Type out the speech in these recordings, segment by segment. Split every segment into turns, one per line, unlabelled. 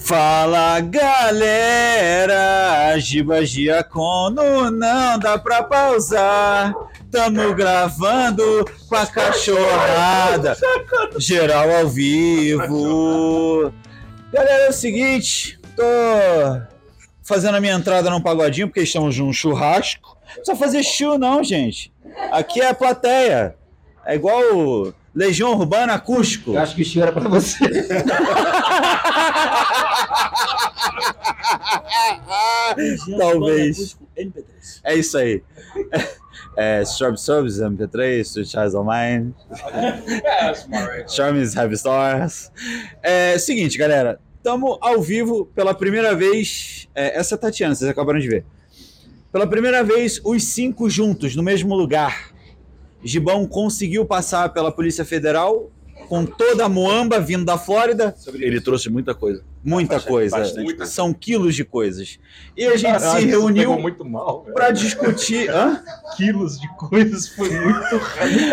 Fala galera, Giba Giacono não dá pra pausar. Tamo gravando com a cachorrada, geral ao vivo. Galera, é o seguinte, tô fazendo a minha entrada num pagodinho porque estamos num churrasco. Não precisa fazer chiu, não, gente. Aqui é a plateia. É igual o Legião Urbana Acústico.
Eu acho que o Chico era pra você.
Talvez.
MP3.
É isso aí. É, Sharp Subs, MP3, Sweet Charles Online,
É,
Charmes Heavy Stars. É seguinte, galera. Estamos ao vivo pela primeira vez. É, essa é a Tatiana, vocês acabaram de ver. Pela primeira vez, os cinco juntos, no mesmo lugar. Gibão conseguiu passar pela Polícia Federal com toda a moamba vindo da Flórida.
Ele trouxe muita coisa.
Muita coisa.
bastante
Muita- São quilos de coisas. E a gente se reuniu
muito mal, velho.
para discutir. Hã?
Quilos de coisas foi muito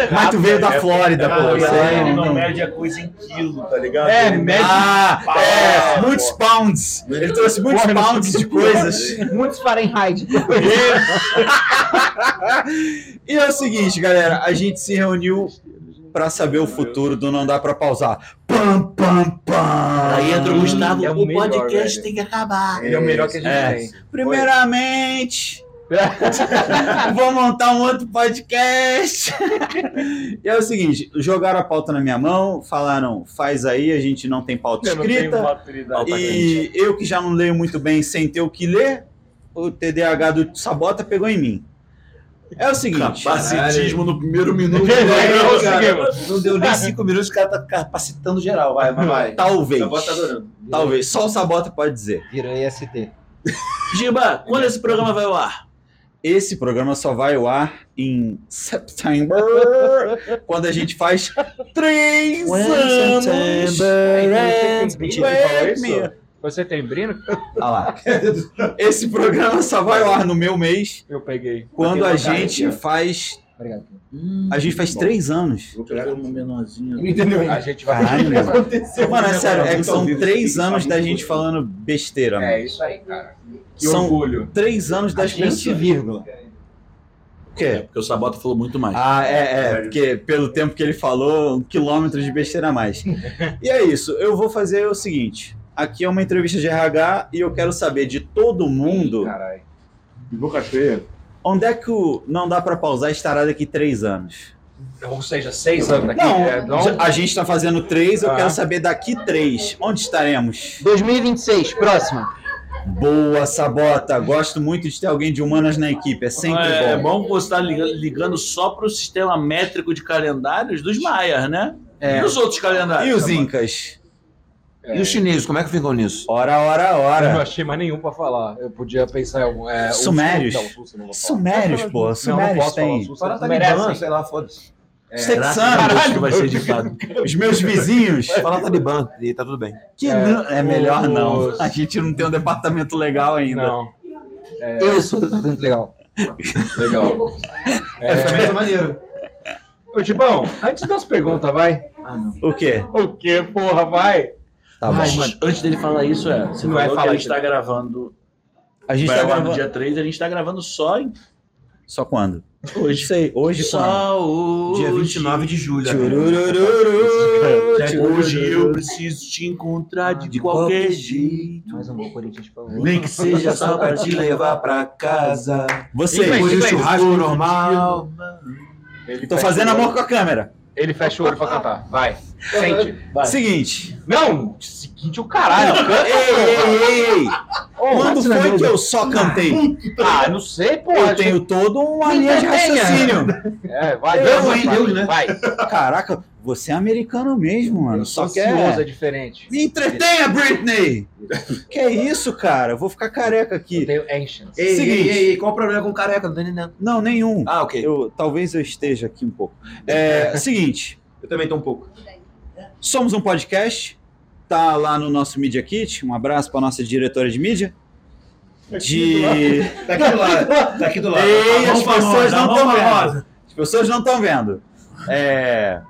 Mas tu veio da Flórida,
Ah,
pô.
mas
isso aí
é,
ele
não-
não mede a coisa em quilo, tá ligado?
É,
Ele
mede-
Ah,
Pá,
é,
pô.
muitos pounds. Ele trouxe muitos
Porra, não
pounds de
sei.
coisas.
Muitos Fahrenheit.
E é o seguinte, galera, a gente se reuniu pra saber o futuro do Não Dá Pra Pausar. Pam, pam, pam.
Aí entra o Gustavo,
é o
o,
melhor,
podcast
velho.
tem que acabar.
Ele é o melhor que a gente
É.
tem.
Primeiramente, vou montar um outro podcast. e é o seguinte, jogaram a pauta na minha mão, falaram, faz aí, a gente não tem pauta
Eu não tenho
escrita.
maturidade.
E eu que já não leio muito bem sem ter o que ler, o TDAH do Sabota pegou em mim. É o seguinte.
Capacitismo no primeiro minuto.
Não,
Cara,
é cara,
Não deu nem cinco minutos, o cara tá capacitando geral, vai, mas vai.
Talvez.
Sabota tá adorando.
Talvez. Só o Sabota pode dizer.
Virou IST.
Giba, quando esse programa vai ao ar?
Esse programa só vai ao ar em setembro, quando a gente faz três
é
anos. É, Wake me up.
Você tem brino?
Ah lá. Esse programa só vai ao ar no meu mês,
Eu peguei.
quando
Bateu
a
na cara aqui,
gente
ó.
faz.
Obrigado.
A gente faz três anos.
Vou pegar um menorzinho.
Não entendeu ainda. A gente vai. um
Caralho, meu.
aconteceu?
Mano, é sério, é que são
ouvido,
três
fica
anos
muito
da gente
gostoso.
falando besteira, mano.
É isso aí, cara. Que
São
orgulho.
três anos das
Gente,
pessoas.
vírgula.
O
É,
quê?
porque o Sabota falou muito mais.
Ah, é, é, porque pelo tempo que ele falou, um quilômetro de besteira a mais. E é isso, eu vou fazer o seguinte. Aqui é uma entrevista de RH e eu quero saber de todo mundo
Caralho.
De boca cheia.
onde é que o Não Dá Pra Pausar estará daqui três anos.
Então, Ou seja, seis anos daqui.
Não,
é, não.
a gente tá fazendo três, eu
Ah.
quero saber daqui três. Onde estaremos?
2026, próxima.
Boa, Sabota. Gosto muito de ter alguém de humanas na equipe, é sempre
é,
bom.
bom que você tá liga- ligando só pro sistema métrico de calendários dos maias, né? E os outros calendários?
E os
Sabota?
Incas?
É.
É. E os chineses, como é que ficam nisso?
Ora, ora,
Eu não
ora.
achei mais nenhum pra falar. Eu podia pensar em algum. É, o-
Sumérios.
Não, o Sul, você não vai falar.
Sumérios, pô.
Não, não
Sumérios
posso falar. o
tem.
Sul, você
Fala
não
Talibã,
merece.
sei lá, foda-se.
Os
Será que
texanos,
isso vai ser editado.
os meus vizinhos.
Fala Talibã, e tá tudo bem.
Que
É,
não- é melhor não.
os-
A gente não tem um departamento legal ainda.
Não.
É. Eu sou muito legal.
Legal. É.
Pensamento maneiro.
Ô, Tibão, antes das perguntas, vai.
O quê?
O que, porra, vai?
Tá bom.
Mas antes dele falar isso, é. Você
Não
vai falou
vai
que a
falar que-
gente tá gravando.
A gente
vai
tá
ao ar no
gravando.
dia 3, a gente tá gravando só em
Só quando?
hoje.
Sei, hoje quando?
Só hoje.
Dia 29 de julho.
Tchururururu, tchurururu.
Hoje eu preciso te encontrar
Ah,
de, qualquer jeito.
Mais um bom Corinthians pra
Nem que seja só pra te levar pra casa.
Vocês,
Depois do
eu
churrasco normal.
Ele
tô
fecha
fazendo
o olho.
amor com a câmera.
Ele fecha o olho pra cantar. Vai. Sente.
Vai.
Seguinte.
Não, seguinte o caralho. canta,
Ei,
porra.
ei, ei. Quando
bate na
foi que
mesa.
eu só cantei?
Ah, não sei, porra.
Eu tenho todo uma linha de
Desenha.
raciocínio.
É, vai.
Eu,
dança,
hein,
vai.
eu, né?
Vai.
Caraca, você é americano mesmo, mano. Só que é...
é diferente.
Me entretenha, Britney! que é isso, cara? Eu Vou ficar careca
Eu
aqui.
tenho ancients.
Ei,
Seguinte.
ei, ei, ei, qual o problema com o careca? Não tô entendendo.
Não, nenhum.
Ah, ok.
Eu, talvez eu esteja aqui um pouco. É, seguinte,
Eu também tô um pouco.
somos um podcast, tá lá no nosso Media Kit. Um abraço pra nossa diretora de mídia. De...
Tá aqui do lado. Tá aqui do lado.
Ei, as pessoas não estão
famosa.
vendo. As pessoas não estão vendo. É,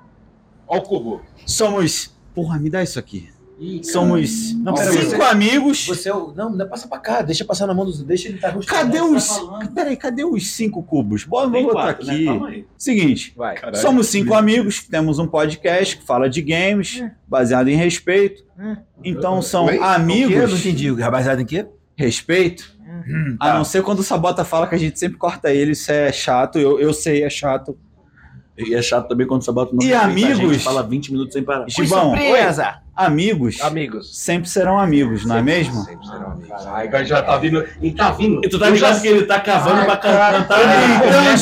Ó o cubo.
somos... Porra, me dá isso aqui.
Ih,
Somos
Não, pera,
cinco
você-
amigos.
Você é o. Não, não passa pra cá. Deixa passar na mão dos. Deixa ele tá rustido.
Cadê
Não,
os.
tá
Peraí, cadê os cinco cubos? Bora,
Tem
vamos botar
quatro, né?
aqui.
Calma aí.
Seguinte,
Vai.
Caralho.
somos cinco amigos, temos um podcast que fala de games, baseado em respeito. Então são
Oi? Eu não
amigos.
entendi. Rapaziada, em quê?
Respeito? A
tá.
não ser quando o Sabota fala que a gente sempre corta ele, isso é chato, eu, eu sei, é chato.
E é chato também quando você bota
E
tá? A
amigos?
gente fala 20 minutos sem parar.
Gibão, amigos
Amigos.
sempre serão amigos, não é mesmo?
Sempre serão amigos.
Caralho, agora já tá vindo. E tá vindo.
E tu tá
Eu
ligado
já-
que ele tá cavando
Ai,
pra
cara.
cantar. né?
Então,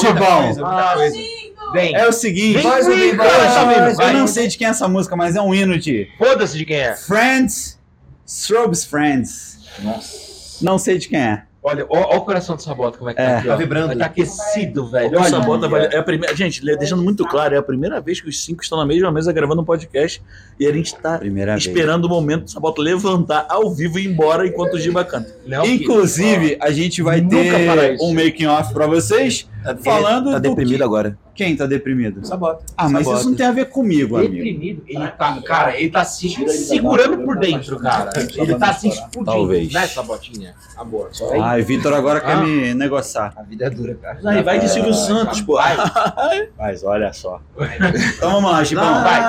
Gibão,
Ah, Vem.
é o seguinte.
Mais um
eu,
livro, mais um livro, vai.
eu não sei de quem é essa música, mas é um hino de
Foda-se de quem é.
Friends, Strobes Friends. Nossa. Não sei de quem é.
Olha, ó, ó o coração do Sabota como é que tá
É.
aqui,
Tá
ó.
vibrando.
Tá aquecido, velho.
Olha,
Olha,
essa bota vale- é a primeira, gente, le- deixando muito claro, é a primeira vez que os cinco estão na mesma mesa gravando um podcast e a gente tá
Primeira
esperando o momento do Sabota levantar ao vivo e ir embora enquanto o Giba canta.
Não, que-
Inclusive, a gente vai
Nunca fará
ter
isso.
um making off pra vocês. Falando
Tá
do
deprimido
que-
agora.
Quem tá deprimido?
Sabota.
Ah, mas
Sabota.
isso não tem a ver comigo, amigo.
Deprimido. Ele tá, cara, ele tá se segurando por dentro, cara. Ele tá se explodindo.
Talvez.
Né, Sabotinha? A boa. só aí.
Ai, Vitor agora quer
Ah.
me negociar.
A vida é dura, cara. Tá,
Aí vai de Silvio Santos, pô.
Mas olha só. Então vamos lá, Gibão.
vai,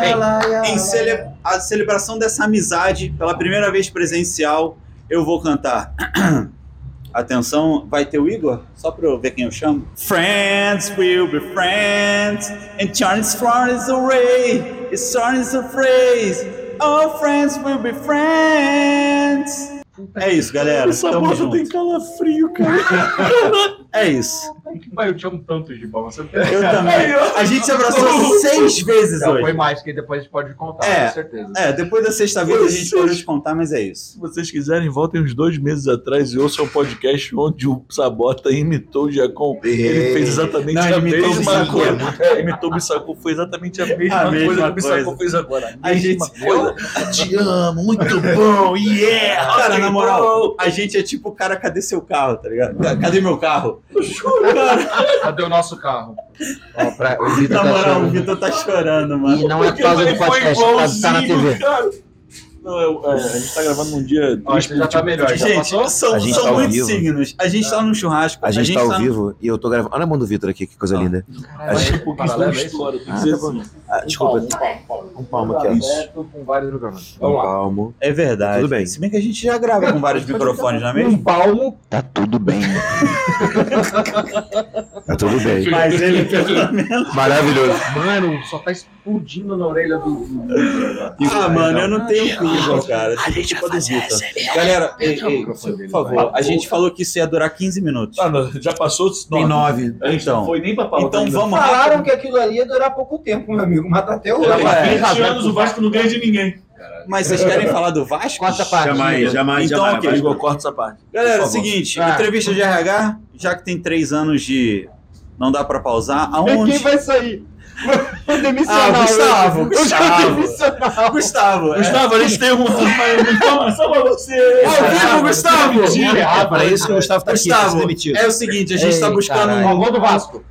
vem.
Em cele- a celebração dessa amizade, pela primeira vez presencial, eu vou cantar. Atenção, vai ter o Igor? Só pra eu ver quem eu chamo. Friends will be friends, and Chinese friends away, it's Chinese a phrase. All friends will be friends. É isso, galera. Tamo junto.
calafrio, cara.
É isso.
Pai, tá eu te amo tanto, Gibão. Você
É.
tem-
É Eu Então, também. A gente se abraçou seis vezes
Não, foi
hoje.
mais, que depois a gente pode contar,
É.
com certeza.
É, depois da sexta vez a gente pode te contar, mas é isso.
Se vocês quiserem, voltem uns dois meses atrás e ouçam um podcast onde o Sabota imitou o Jacon. Ele fez exatamente
Não,
a
ele imitou o
mesma
Bissacô.
coisa. É, imitou o Bissacô, foi exatamente a mesma,
A Ah, mesma
coisa que É, o
coisa.
Bissacô fez agora.
A
mesma
gente- é,
coisa. Te amo, muito bom, yeah!
Cara,
ok, então
na
bom.
moral, a gente é tipo, cara, cadê seu carro, tá ligado? Ca- Cadê meu carro? Cara,
Cadê o nosso carro? Ó, pra- o Vitor
na
tá
moral, o
chorando.
Vitor tá chorando, mano.
E não é por causa do
Ele foi
podcast, é por causa de estar na
igualzinho,
TV.
cara. Não, eu- é, a gente tá gravando num dia
Ó,
triste,
você já tá melhor, já
Gente,
passou?
são,
A gente
são
tá ao
muitos
vivo.
signos. A gente tá num churrasco.
A gente tá
tá
ao
no-
vivo e eu tô gravando. Olha a mão do Vitor aqui, que coisa linda.
Caralho,
Acho
é
um pouquinho
paralelo, é
estamos
isso?
fora, tem que ser assim.
Ah, desculpa. Um palmo aqui, ó.
Aberto com vários microfones.
Um
Vamos lá.
palmo.
É verdade.
Tudo bem.
Se bem que a gente já grava com vários microfones, não é mesmo?
palmo.
Tá tudo bem.
Tá tudo bem.
Mas ele
Maravilhoso.
Mano, só tá explodindo na orelha do.
Ah, mano, eu não tenho curva, cara. Eu sou tipo a do Vitor. Galera, ei, ei, por favor, a gente falou que isso ia durar 15 minutos.
Ah, não, já passou
Tem nove.
A gente não
Então.
foi nem pra pauta
Então
ainda.
vamos lá.
Falaram que aquilo ali ia durar pouco tempo, meu amigo, mas tá até hoje.
Rapaz,
Há 20
Rapaz,
É, anos o Vasco não ganha de ninguém.
Mas vocês querem falar do Vasco?
Quarta parte.
jamais,
Então, ok,
Vasco.
Igor, corta essa parte.
Galera, é
Por
o
favor.
seguinte,
Ah.
entrevista de RH, já que tem três anos de não dá pra pausar, aonde?
vai sair? Foi
Ah,
demissionário.
Gustavo,
Eu já
Gustavo,
demissionário.
Gustavo, é.
Gustavo, a gente tem um- uma uma informação pra você.
Ao vivo, Gustavo!
É pra isso que o Gustavo tá aqui. pra ser
Gustavo,
demitido.
é o seguinte, a gente está
Ei,
buscando, um,
caralho.
Gol do Vasco.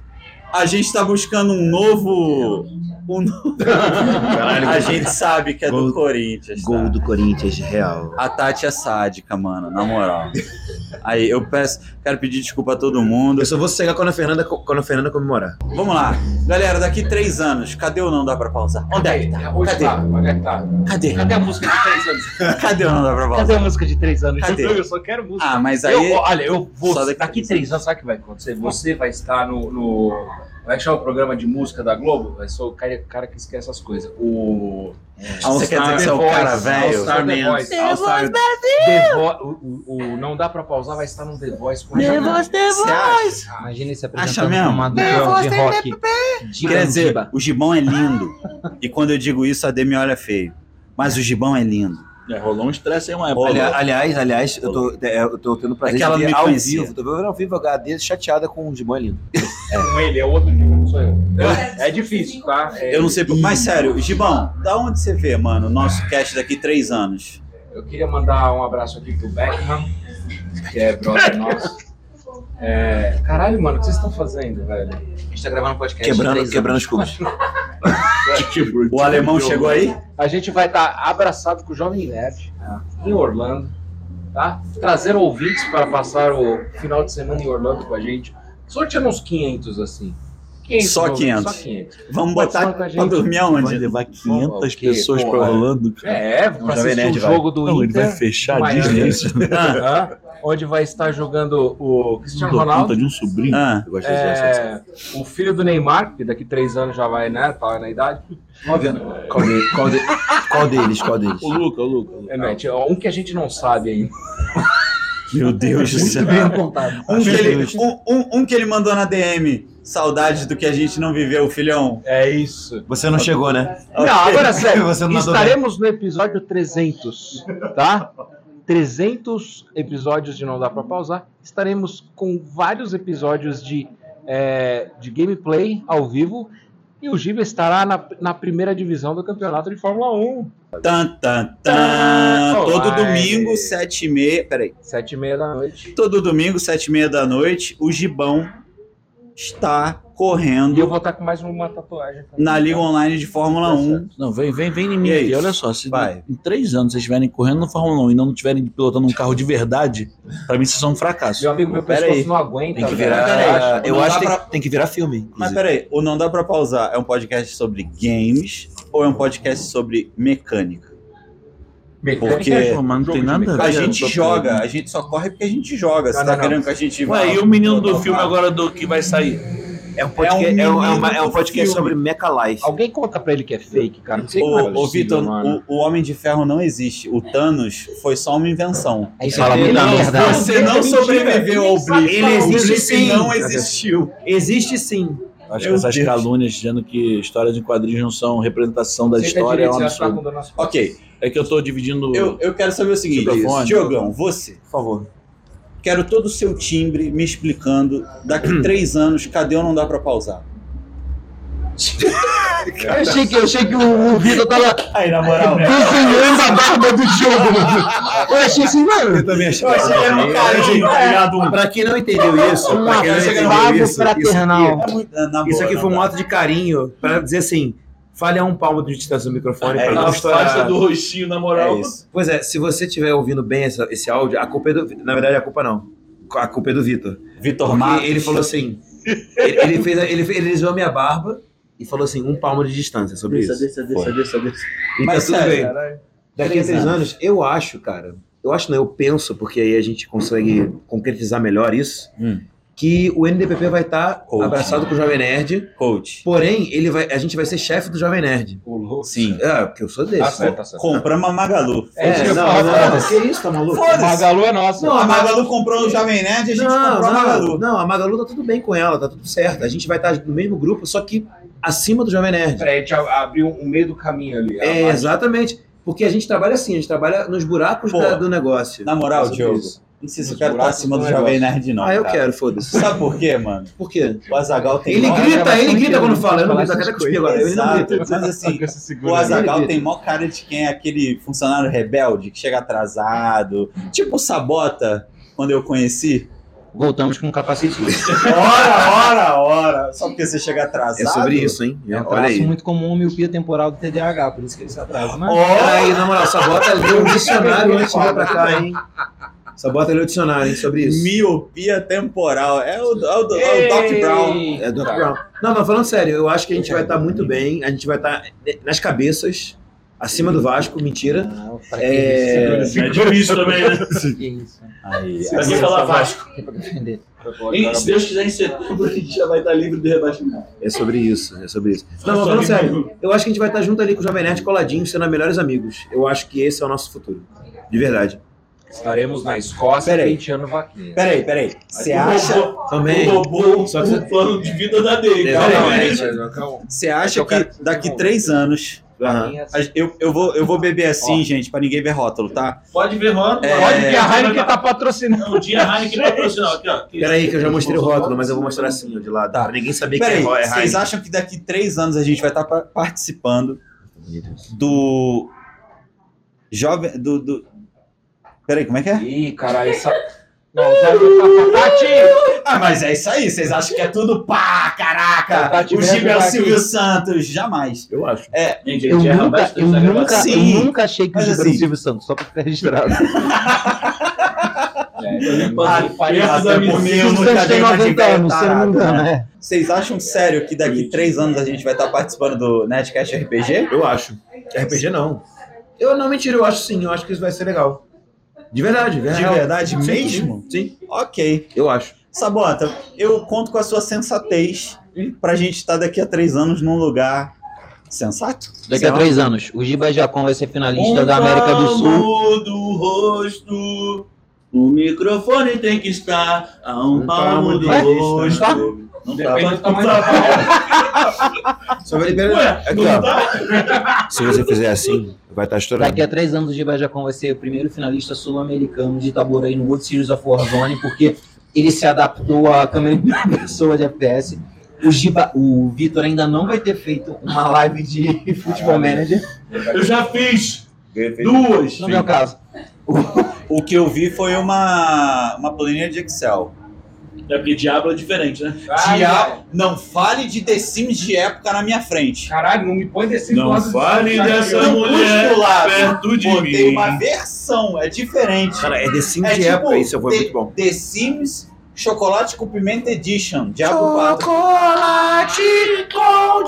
a gente tá buscando um novo, um novo. a gente sabe que é do
Gol-
Corinthians, tá?
Gol do Corinthians, real.
A Tati é sádica, mano, na moral. Aí eu peço, quero pedir desculpa a todo mundo.
Eu só vou chegar quando a Fernanda, quando a Fernanda comemorar.
Vamos lá, galera, daqui três anos, cadê o não dá pra pausar? Onde é que tá?
Onde
Cadê?
tá? Onde é que tá?
Cadê?
Cadê a música de 3 anos?
Cadê o não dá pra pausar?
Cadê a música de 3 anos?
Cadê?
Eu só quero música.
Ah, mas aí.
Eu, olha, eu vou.
Só
Daqui,
daqui-
três anos, sabe o que vai acontecer? Você vai estar no. no como é que chama o programa de música da Globo? Eu sou o cara, o cara que esquece essas coisas. O.
Você quer dizer que você é o cara velho?
All-Star The Voice. All-Star The Voice. O, o, o Não Dá Pra Pausar vai estar no The Voice. com
The
a Jana.
Voice, The
Você acha?
Imagina esse
Acha
apresentando
mesmo?
com uma dupla de rock. de
Quer dizer,
Candiba.
o gibão é lindo. E quando eu digo isso, a D me olha feio. Mas o gibão é lindo.
É, rolou um estresse aí uma época.
Olha, aliás, aliás, eu tô, é, eu tô tendo prazer
É que ela
de
não
ver
me
ao
conhecia.
vivo. Tô vendo ao vivo HD chateada com o Dimon lindo.
Com ele, é outro nível, não sou eu. É difícil, tá? É-
Eu não sei. por- Mas sério, gibão, da onde você vê, mano, o nosso cast daqui três anos?
É, Eu queria mandar um abraço aqui pro Beckham, que é brother nosso. É, Caralho, mano, o que vocês estão fazendo, velho?
A gente tá gravando podcast.
Quebrando, quebrando os cubos.
O alemão chegou aí?
A gente vai estar abraçado com o Jovem Nerd
É.
em Orlando, tá? Trazer ouvintes para passar o final de semana em Orlando com a gente. Sorteando uns 500 assim. 500,
Só
ouvintes,
500.
Só 500.
Vamos
Pode
botar
falar com a
pra
gente.
dormir
Vai
aonde?
levar 500
o quê?
pessoas pra
Porra.
Orlando, cara.
É, para
Jovem
assistir
Nerd
o
vai.
jogo do
Não, ele vai é.
Inter,
fechar a
Miami.
Disney. Isso
hã? onde vai estar jogando o Cristiano
dou
Ronaldo.
conta de um sobrinho.
Ah,
Eu gosto de dizer essa-
É, o filho do Neymar, que daqui três anos já vai, né? Tá na idade.
Qual, de- qual de- qual deles? Qual deles?
O Luca, o Luca.
É, né, tinha um que a gente não sabe ainda.
meu Deus do céu.
contado.
Um que, ele, um, um- um que ele mandou na DM. Saudade do que a gente não viveu, filhão.
É isso.
Você não chegou, né?
Não, agora sério.
Você não mandou
estaremos no episódio 300, tá? 300 episódios de Não Dá Pra Pausar. Estaremos com vários episódios de, é, de gameplay ao vivo. E o Giba estará na, na primeira divisão do campeonato de Fórmula 1.
Tan, tan, tan.
Olá.
Todo domingo, sete e meia. Peraí.
Sete e meia da noite.
Todo domingo, sete e meia da noite, o Gibão está
E eu
correndo
vou estar com mais uma tatuagem. também.
na Liga Online de Fórmula 1.
Tá
Não, vem, vem, vem em mim
E é
aqui.
isso.
Olha só, se
Vai.
em três anos vocês estiverem correndo no Fórmula 1 e não estiverem pilotando um carro de verdade, pra mim vocês são um fracasso.
Meu amigo, meu
Pera
pescoço
aí.
não aguenta.
Tem que
velho.
virar.
Peraí,
eu
não
acho
dá
que tem,
pra-
tem que virar filme.
Mas
inclusive.
peraí, o Não Dá Pra Pausar é um podcast sobre games ou é um podcast sobre mecânica?
Mecânica
Porque
é
Pô, mas não
jogo
tem
de
nada
mecânica.
A
Cara,
gente
eu tô
joga, a gente só corre porque a gente joga. Você
Não,
tá
não,
querendo que a gente vá?
Ué, e o é um menino do filme agora do que vai sair?
É um podcast,
É um
é um, é uma- é um
menino
podcast
filme.
sobre Mecha Life.
Alguém conta pra ele que é fake, cara. Não sei como é
Ô, ô,
possível,
Vitor,
mano.
o, o Homem de Ferro não existe. O Thanos foi só uma invenção.
Aí você
Fala
tem-
muita
não,
merda.
não.
Você não
Mentira,
sobreviveu ao Blip.
Ele existe sim.
não existiu.
Existe sim.
Acho
Meu
que essas
Deus.
calúnias dizendo que histórias em quadrinhos não são representação da
Senta
história é
direito,
um
você vai ficar
absurdo.
com dor nas costas.
Ok,
É que eu tô dividindo.
eu, eu quero saber o seguinte.
Microfone.
Diogão, você.
Por favor.
Quero todo o seu timbre me explicando
Hum.
daqui três anos, cadê eu não dá pra pausar?
Eu achei que, eu achei que o, o Vitor tava
Aí, na moral,
desenhando a barba do jogo, mano. Eu achei assim, mano.
também achei que
É
era um carinho, tá ligado? Um-
Pra quem não entendeu isso,
Um
pra quem não entendeu
afago
isso, isso aqui,
fraternal.
Na
isso
boa,
aqui
na
foi um
boa.
ato de carinho pra dizer assim: falha um palmo de distância do microfone
É,
pra não
Na
estourar.
faixa do rostinho, na moral.
É isso.
Pois é, se você estiver ouvindo bem essa- esse áudio, a culpa é do. Na verdade, a culpa não. A culpa é do Vitor.
Vitor
Porque
Matos.
ele falou assim: ele, ele fez, a- ele, fez- ele lisou a minha barba e falou assim, um palmo de distância sobre isso. Foi. Então,
Mas
tudo
sério,
bem. Daqui a três anos, eu acho, cara, eu acho não, eu penso, porque aí a gente consegue concretizar melhor isso,
Hum.
que o NDPP vai estar
Coach.
abraçado com o Jovem Nerd,
Coach.
porém, ele vai, a gente vai ser chefe do Jovem Nerd.
Sim.
É, porque eu sou desse.
Ah,
Tá certo, tá certo.
Compramos a Magalu.
É isso que eu
não,
falo,
não,
foda-se.
que isso, tá maluco?
Foda-se.
Magalu é nossa.
a Magalu comprou o Jovem Nerd e a gente
Não,
comprou a
não,
Magalu.
não, a Magalu tá tudo bem com ela, tá tudo certo. A gente vai estar no mesmo grupo, só que acima do Jovem Nerd.
Peraí, a gente ab- abriu um meio do caminho ali.
É, exatamente. Porque a gente trabalha assim, a gente trabalha nos buracos
Pô,
da- do negócio. É
Na moral,
Sobre
Diogo,
isso.
não sei se eu
Os
quero estar
buracos
acima
do
do Jovem
negócio.
Nerd, não. tá.
ah, eu
cara.
quero, foda-se.
Sabe por quê, mano?
Por quê?
O Azagal tem
Ele
mó-
grita, ele grita
inteira, né?
quando fala. Eu não
Falar
grito, até
essas
cuspir agora. Ele não
Exato,
grita.
mas assim, o
Boa,
Azagal
Ele grita.
tem mó cara de quem é aquele funcionário rebelde que chega atrasado. Tipo o Sabota, quando eu conheci.
Voltamos com capacitismo.
Ora, ora, ora. Só porque você chega atrasado.
É sobre isso, hein?
É um
Olha
traço
aí.
muito comum, miopia temporal do TDAH, por isso que ele se atrasa. Mas...
Ora,
Peraí, na moral, Sabota leu um dicionário antes de vir pra cá, hein? Sabota leu o dicionário, hein, sobre isso.
miopia temporal. É o, é o- é o Doc Brown.
É Doc Brown. Não, mas falando sério, eu acho que a gente vai estar muito bem, a gente vai estar nas cabeças, acima do Vasco, mentira.
Não, pra que
É,
isso?
É difícil também, né?
Que isso?
Aí,
Pra quem falar Vasco.
Tem pra defender.
E, se Deus quiser, em setembro a gente já vai estar livre do rebaixamento.
é sobre isso, é sobre isso. Não, mas falando sério, eu acho que a gente vai estar junto ali com o Jovem Nerd coladinho, sendo melhores amigos. Eu acho que esse é o nosso futuro. De verdade.
Estaremos na Escócia
Peraí.
penteando vaquinha.
Peraí, peraí. Você acha,
Também.
roubou
Só que-
o plano de vida da dele.
Não,
cara.
não, é
você
É que
acha
eu quero
que daqui três anos.
Ah.
Aham.
a- Eu, eu, vou, eu vou beber assim, gente, pra ninguém ver rótulo, tá?
Pode ver, mano.
É.
Pode que a Heineken tá patrocinando.
Não, tinha Heineken patrocinal. Aqui, ó.
Peraí, que eu já mostrei o rótulo, mas eu vou mostrar assim, ó, de lado. Pra ninguém saber que é
Peraí,
ro- é
vocês
Heineken.
acham que daqui três anos a gente vai estar pa- participando do. Jovem. Do, do... Peraí, como é que é?
Ih, cara, essa... Não, o Zé vai falar, Tati!
Ah, mas é isso aí. Vocês acham que é tudo pá, caraca.
Tati
o Gil é o
Neto
Silvio Santos. Jamais.
Eu acho.
Gente,
Eu nunca,
tá
eu nunca, eu
Sim.
nunca achei que o
Mas
Gil era o
assim-
Silvio Santos, só pra ficar registrado.
Ah,
perto da
até
minha
porque
mesa.
eu
O
nunca
Santos
dei
tem
uma de
90 anos, se eu não me
tarado,
engano,
né?
é.
Vocês acham sério que daqui três anos a gente vai estar participando do Netcast RPG?
Eu acho. RPG não. Eu não mentira, eu acho sim, eu acho que isso vai ser legal. De verdade, de
De
verdade.
verdade
Sim,
mesmo?
Sim,
É Ok.
eu acho.
Sabota, eu conto com a sua sensatez pra gente estar daqui a três anos num lugar sensato.
Daqui
Sei
a
lá.
três anos, o Giba Jacon vai ser finalista da América do Sul.
do rosto. O microfone tem que estar a um,
Um
tá
palmo
palmo do
de
rosto.
distância.
Não
tá
Depende
tava.
do tamanho da palma.
Só vai liberar.
Ué,
Aqui,
não
ó.
tá?
É Se você fizer assim, vai estar estourado.
Daqui a três anos, o Giba Jacon vai ser o primeiro finalista sul-americano de Itaboraí no World Series of Warzone, porque ele se adaptou à câmera de uma pessoa de FPS. O Giba, o Vitor ainda não vai ter feito uma live de Futebol Manager,
Eu já fiz
Perfeito.
duas.
no meu caso.
O que eu vi foi uma, uma planilha de Excel.
É porque Diablo é diferente, né?
Dia- não fale de The Sims de época na minha frente.
Caralho, não me põe desse
Não fale dessa
Não
mulher
postulado.
perto de
Botei
mim.
uma versão, é diferente.
Cara, é The Sims
É
de
tipo
época, isso foi
The-
muito bom.
The Sims Chocolate com Pimenta Edition. Diablo 4.
Chocolate com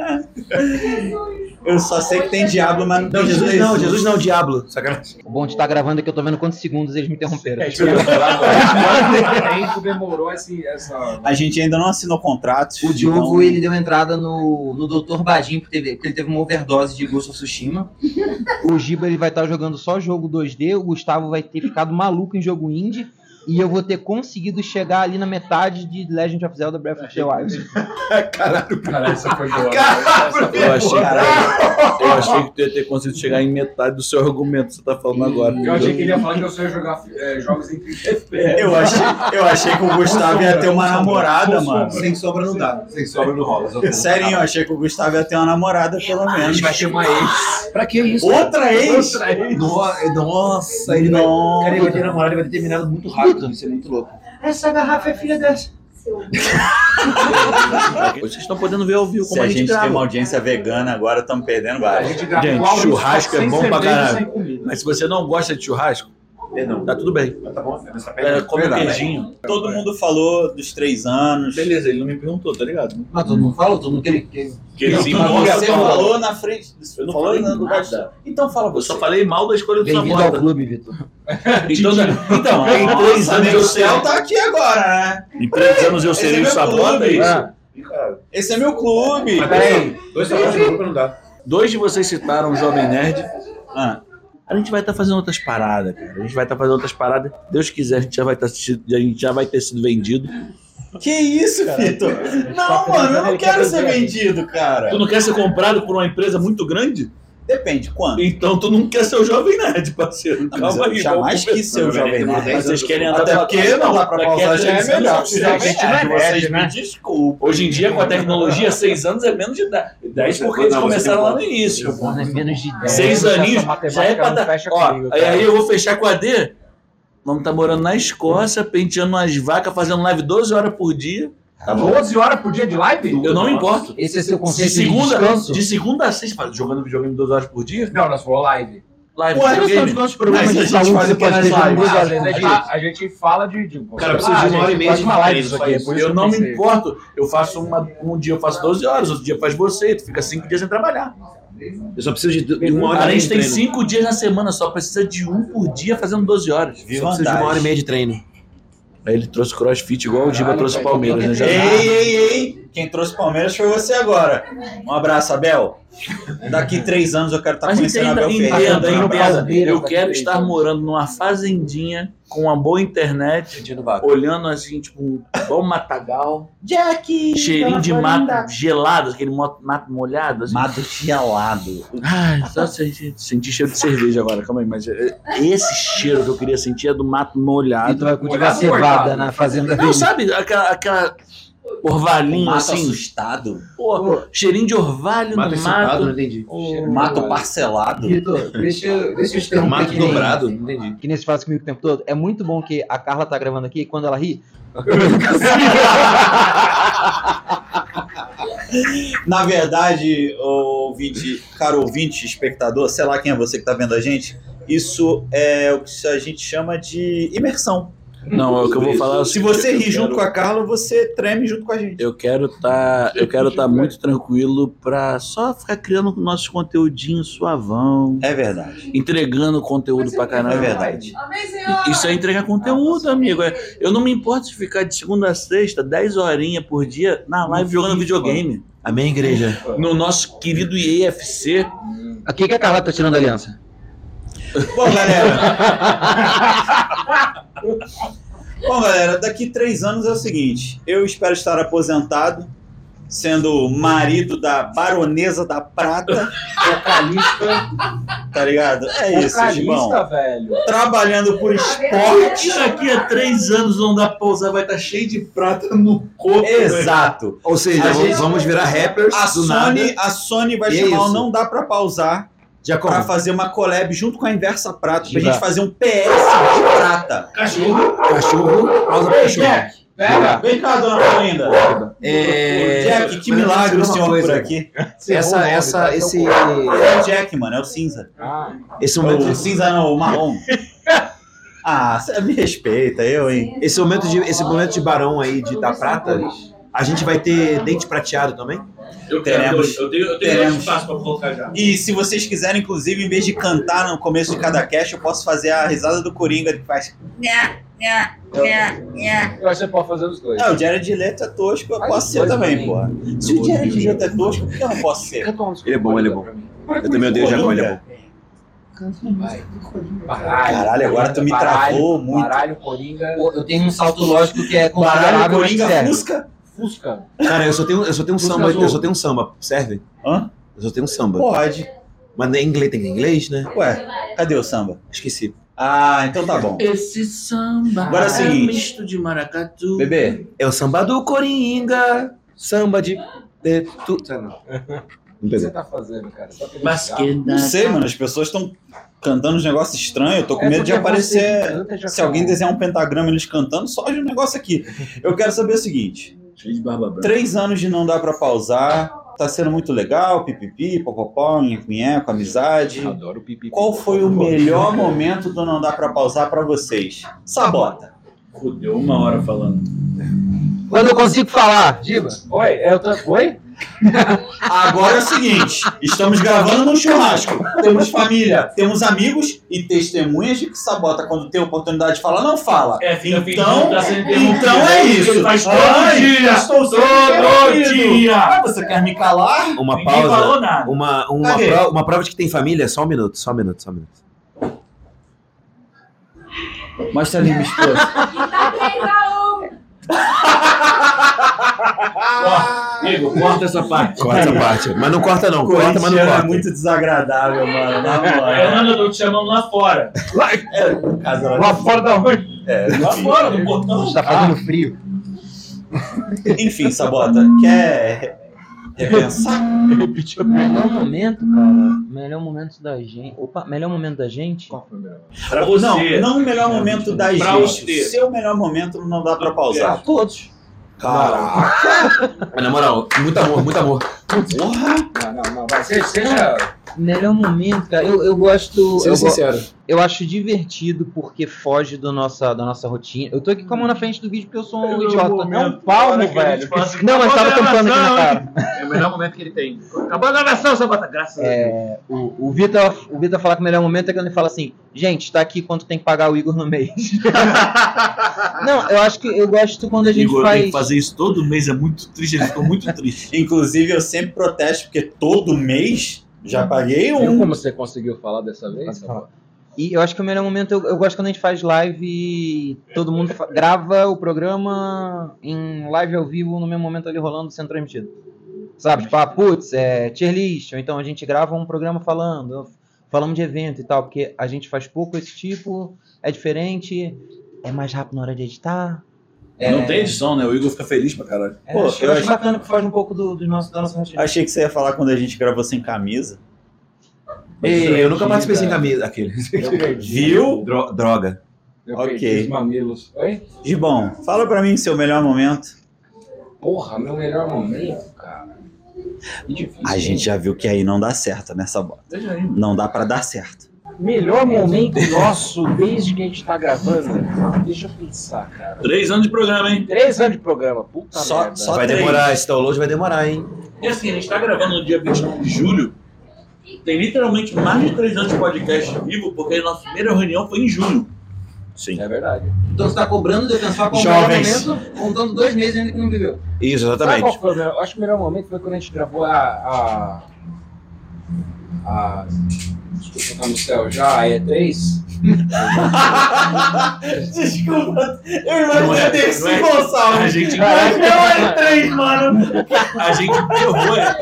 Eu só sei que tem Diablo, mas não tem
Não, Jesus não,
Jesus.
Jesus não, Diablo. Sacanagem.
O bom de estar gravando é que eu tô vendo quantos segundos eles me interromperam.
tempo demorou esse, essa.
A gente ainda não assinou contratos.
O
então-
Diogo, ele deu entrada no, no Dr. Badin, porque teve- porque ele teve uma overdose de Ghost of Tsushima. O Giba, ele vai estar jogando só jogo 2D, o Gustavo vai ter ficado maluco em jogo indie, e eu vou ter conseguido chegar ali na metade de Legend of Zelda Breath of the Wild.
Caralho, essa foi boa.
tá
Eu achei,
Caralho.
eu achei que tu ia ter conseguido chegar em metade do seu argumento que você tá falando agora.
Eu achei que ele ia falar que eu só ia jogar é, jogos em 30 FPS.
Eu achei, eu achei que o Gustavo ia ter uma namorada, mano.
Sem sobra não dá. Sem sobra não rola.
Sério, eu achei que o Gustavo ia ter uma namorada, pelo
A
menos.
gente vai ter uma ex.
Pra que isso?
Outra ex?
No- Nossa, ele vai. Cara, ele vai ter namorado, ele vai ter terminado muito rápido. Isso é muito louco.
Essa garrafa é filha dessa.
Vocês estão podendo ver ao vivo
Se
como
a
a gente
gente tem uma
grava.
audiência vegana, agora estamos perdendo
A
vários.
gente gravou
Gente,
áudio
churrasco é
sem
bom pra
cerveja,
caralho.
sem comida.
Mas se você não gosta de churrasco,
Perdão.
tá tudo bem.
Tá bom, essa
É, come um
Verdade.
queijinho.
Todo mundo falou dos três anos.
Beleza, ele não me perguntou, tá ligado?
Mas Ah, todo mundo fala, todo mundo que ele... que-
Queijinho,
Mas
nossa,
você
fala.
falou na frente.
Eu não
falou
falei
no lugar de-
nada.
Então fala
Eu
você.
só falei mal da escolha do
Bem-vindo ao
Sabota.
clube, Vitor.
Então, então
Nossa,
em três anos
nego,
eu
o
serei.
céu tá aqui agora, né?
Em três anos eu
Esse
serei
é
o
meu
Sabota, é
clube.
isso?
Ah,
Esse é meu clube.
Peraí. Dois salários de roupa não dá.
Dois de vocês citaram o Jovem Nerd.
Ah,
A gente vai estar fazendo outras paradas, cara. A gente vai estar fazendo outras paradas. Deus quiser, a gente já vai tá assistindo- a gente já vai ter sido vendido.
que isso, Vitor?
Tá
Não, mano, eu não quero ser vendido, cara.
Tu não quer ser comprado por uma empresa muito grande?
Depende, quando?
Então tu não quer ser o Jovem Nerd, parceiro. Calma aí.
jamais
vamos conversar.
quis ser o Jovem Nerd.
Mas vocês querem andar
Até
pra-
porque não dá pra
daqui a
pausar,
três
já é
anos
melhor. né,
vocês já
Gente,
vão- né?
vocês me desculpem.
Hoje em dia, com a tecnologia, seis anos é menos de dez. Dez porque eles começaram lá no início.
Mano, é menos de 10.
Seis
essa
aninhos, já é
matemática
pra
não
dar.
fecha
Ó,
comigo,
aí
cara.
aí eu vou fechar com a D. Vamos tá morando na Escócia, penteando umas vacas, fazendo live 12 horas por dia. Tá bom.
12 horas por dia de live? Ah,
Eu não me importo.
Esse é seu
De
conceito de,
segunda,
descanso?
de segunda a sexta, fala, jogando videogame 12 horas por dia?
Não, nós falamos live.
Live
Ué,
videogame.
quantos programas
é
Mas a
de
tá
gente faz
saúde
um
você
aqui nas
pode ter
lives.
duas
Ah,
horas
às vezes a,
por
gente,
dia?
a gente fala de. de
Cara, eu preciso de
Ah,
uma
gente,
hora e meia
faz
de
uma live
isso
isso aqui.
aí.
por isso
Eu
que
não me
pensei.
importo. Eu faço uma, um dia eu faço 12 horas, outro dia faz você, tu fica 5 dias sem trabalhar.
Eu só preciso de de uma hora e
A
meia
gente
de
tem
treino.
5 dias na semana, só precisa de um por dia fazendo 12 horas.
Vi
Só preciso de uma hora e
vantagem.
meia de treino.
Aí ele trouxe crossfit igual o Diba trouxe o Palmeiras, né? Já-
Ei, ei, ei! Quem trouxe Palmeiras foi você agora. Um abraço, Abel. Daqui três anos eu quero estar
Mas
conhecendo a
entenda,
Abel
entenda,
Ferreira. Um abraço.
entenda.
Palmeiras
Eu
daqui
quero
três
estar
anos.
morando numa fazendinha com uma boa internet, olhando assim, tipo, um bom matagal,
Jack!
cheirinho de mato gelado, aquele mo- mato molhado. Assim.
Mato gelado.
Ai, só senti, senti cheiro de cerveja agora, calma aí, mas é- esse cheiro que eu queria sentir é do mato molhado.
Vitor vai
Olhar
cultivar
assim, coitado.
Então,
cevada na fazenda
Não,
dele.
sabe, aquela, aquela Orvalhinho,
Mato
assim.
assustado.
Pô, cheirinho de orvalho
Mata
no
sentado, não
mato.
entendi.
Mato parcelado.
Vitor, deixa, eu- deixa eu te
É um
perguntar
mato
que nem-
dobrado, não entendi.
Que nem se faz comigo o tempo todo. É muito bom que a Carla tá gravando aqui e quando ela ri,
Na verdade, ô ouvinte, caro ouvinte, espectador, sei lá quem é você que tá vendo a gente, isso é o que a gente chama de imersão.
Não, é o que eu vou falar. é o
Se
seguinte,
você
eu
ri junto
quero-
com a Carla, você treme junto com a gente.
Eu quero tá, eu quero tá muito tranquilo pra só ficar criando o nosso conteúdinho suavão,
É verdade.
entregando conteúdo pra
É
caramba.
verdade. Ah,
Isso é entregar conteúdo, amigo. É- Eu não me importo se ficar de segunda a sexta, 10 horinhas por dia na live jogando videogame.
Amém, igreja?
No nosso querido IEFC.
o que, que a Carla tá tirando a aliança?
Bom, galera. Bom, galera, daqui três anos é o seguinte: eu espero estar aposentado, sendo marido da baronesa da prata,
Vocalista,
tá ligado? É isso, Gibão.
vocalista, velho.
Trabalhando por esporte.
Daqui a três anos não dá pra pousar, vai estar cheio de prata no corpo. né?
Exato.
Ou seja,
A
vamos-
gente-
vamos virar rappers
A
do nada.
Sony, a Sony vai
E é
chamar o
isso.
Não Dá Pra Pausar
Já
pra
como?
fazer uma collab junto com a Inversa Prata pra
Giba.
gente fazer um PS de prata.
Cachorro.
Cachorro, pausa pro cachorro.
Pega!
Vem cá, dona Florinda.
É...
Jack, que
mas eu vou
milagre o
dizer uma
senhor
coisa.
por aqui. um
Essa, essa, esse,
É o Jack, mano, é o cinza.
Ah.
É
esse momento
O cinza não, o marrom. Ah, você me respeita, eu, hein?
Esse momento de, esse momento de barão aí de, da prata, a gente vai ter dente prateado também?
Eu
Teremos.
quero dois. Eu tenho, eu tenho
Teremos.
dois espaços pra colocar já.
E se vocês quiserem, inclusive, em vez de cantar no começo de cada cast, eu posso fazer a risada do Coringa que faz.
Eu acho que você pode fazer os dois.
Ah, o Jared Leto é tosco, eu
Faz
posso ser
dois
também,
também.
porra. Se o Jared Leto é tosco, por que eu não posso ser?
Ele é bom, ele é bom. Eu também odeio Jacó, ele é bom.
Baralho,
Caralho, agora tu me
baralho,
travou muito.
Baralho, coringa,
Pô, Eu tenho um salto lógico que é
Baralho,
considerável, mas que
Coringa,
serve.
Fusca.
fusca.
Cara, eu só tenho, eu só tenho um
Música
samba,
azul.
eu só tenho um samba, serve?
Hã?
Eu só tenho um samba.
Pode.
Mas em inglês tem em inglês, né?
Ué, cadê o samba?
Esqueci.
Ah, então tá bom.
Esse samba
Agora é o seguinte.
misto de maracatu.
Bebê,
É o samba do Coringa, samba de... de tu...
O
Não
que
pegou.
você tá fazendo, cara? Só tá querendo ficar.
Basqueda.
não sei, mano, as pessoas estão cantando uns negócios estranhos, eu tô com
É
medo de
porque
aparecer.
você canta, já
Se alguém
canta.
desenhar um pentagrama eles cantando, só de um negócio aqui. Eu quero saber o seguinte:
Cheio de barba branca.
três anos de não dá pra pausar, tá sendo muito legal, pipipi, popopó, nheco, com amizade.
Adoro pipi.
Qual foi o melhor momento do não dá pra pausar pra vocês? Sabota.
Fudeu uma hora falando.
Quando eu consigo falar,
Diva, oi, é outra... Oi?
Agora é o seguinte: estamos gravando num churrasco. Temos família, temos amigos e testemunhas de que sabota quando tem oportunidade de falar, não fala.
É, fica
Então-
fingindo, tá sendo
Então
interrompido.
é isso.
Ele faz todo
Ai,
dia.
estou sendo
Todo
interrompido.
dia.
Ah, você quer me calar?
Uma
Ninguém
pausa,
falou nada.
uma, uma,
Cadê?
prova, uma prova de que tem família, só um minuto, só um minuto, só um minuto.
Mostra ali, minha esposa.
Igor, corta essa parte.
Corta essa parte, mas não corta não, corta, mas não
Corintiano é
corta.
muito desagradável, mano. Na é. moral.
Fernando, eu tô te chamando lá fora.
Casa-
Lá fora da onde?
é,
Lá
enfim.
fora, no portão.
tá fazendo frio.
Enfim, Sabota, quer repensar?
O melhor momento, cara. Melhor momento da gente. Opa, melhor momento da gente.
Pra você.
Não, não o melhor momento da
Pra
gente.
você. É.
Seu melhor momento não dá pra
Ah,
pausar.
todos.
Caraca. Mas na moral, muito amor, muito amor.
Porra!
Não, não, não. Vai ser, seja.
Melhor momento, cara. Eu, eu gosto.
Sendo
eu, go-
sincero.
eu acho divertido porque foge do nossa, da nossa rotina. Eu tô aqui com a mão na frente do vídeo porque eu sou um idiota.
É um palmo, velho.
Não, mas tava tampando aqui na cara.
É o melhor momento que ele tem. Acabou a gravação, Sabota. Graças a Deus.
É, O, o Vitor o Vitor fala que o melhor momento é quando ele fala assim: gente, tá aqui quanto tem que pagar o Igor no mês. não, eu acho que eu gosto quando a gente
Igor, eu tenho
faz.
que fazer isso todo mês, é muito triste, ele ficou muito triste.
Inclusive, eu sempre protesto, porque todo mês já paguei
Viu
um.
como você conseguiu falar dessa vez?
Ah, tá.
Posso falar? E eu acho que o melhor momento eu, eu gosto quando a gente faz live e todo mundo fa- grava o programa em live ao vivo no mesmo momento ali rolando sendo transmitido. Sabe? Tipo, ah, putz, é tier list, ou então a gente grava um programa falando, falamos de evento e tal, porque a gente faz pouco esse tipo, é diferente, é mais rápido na hora de editar.
Não tem edição, né? O Igor fica feliz pra caralho.
É,
Pô,
acho, eu
eu
acho
acho-
bacana que foge um pouco do, do nosso, da nossa rotina.
Achei que você ia falar quando a gente gravou sem camisa.
Ei, eu nunca participei sem camisa. Aquele.
Viu?
Dro- Droga.
Eu
Ok.
perdi os mamilos. Oi?
Gibão, fala pra mim seu melhor momento.
Porra, meu melhor momento, cara. Que difícil.
A gente já viu que aí não dá certo nessa bola. Não dá pra dar certo.
Melhor momento nosso desde que a gente tá gravando. Deixa eu pensar, cara.
Três anos de programa, hein?
Três anos de programa, puta
Só-
merda.
só-
vai
três.
demorar, esse download vai demorar, hein?
E assim, a gente tá gravando no dia 29 de julho. Tem literalmente mais de três anos de podcast vivo, porque a nossa primeira reunião foi em junho.
Sim.
É verdade.
Então você tá cobrando defensor com o
Jovens.
momento, contando dois meses ainda que não viveu.
Isso,
Sabe qual
exatamente.
foi o melhor? Eu acho que o melhor momento foi quando a gente gravou a. a, a desculpa, tá no céu já, a E3.
Desculpa, eu
Não é- não é-
Gonçalves.
A gente,
Não é três, mano. A gente ferrou a E3.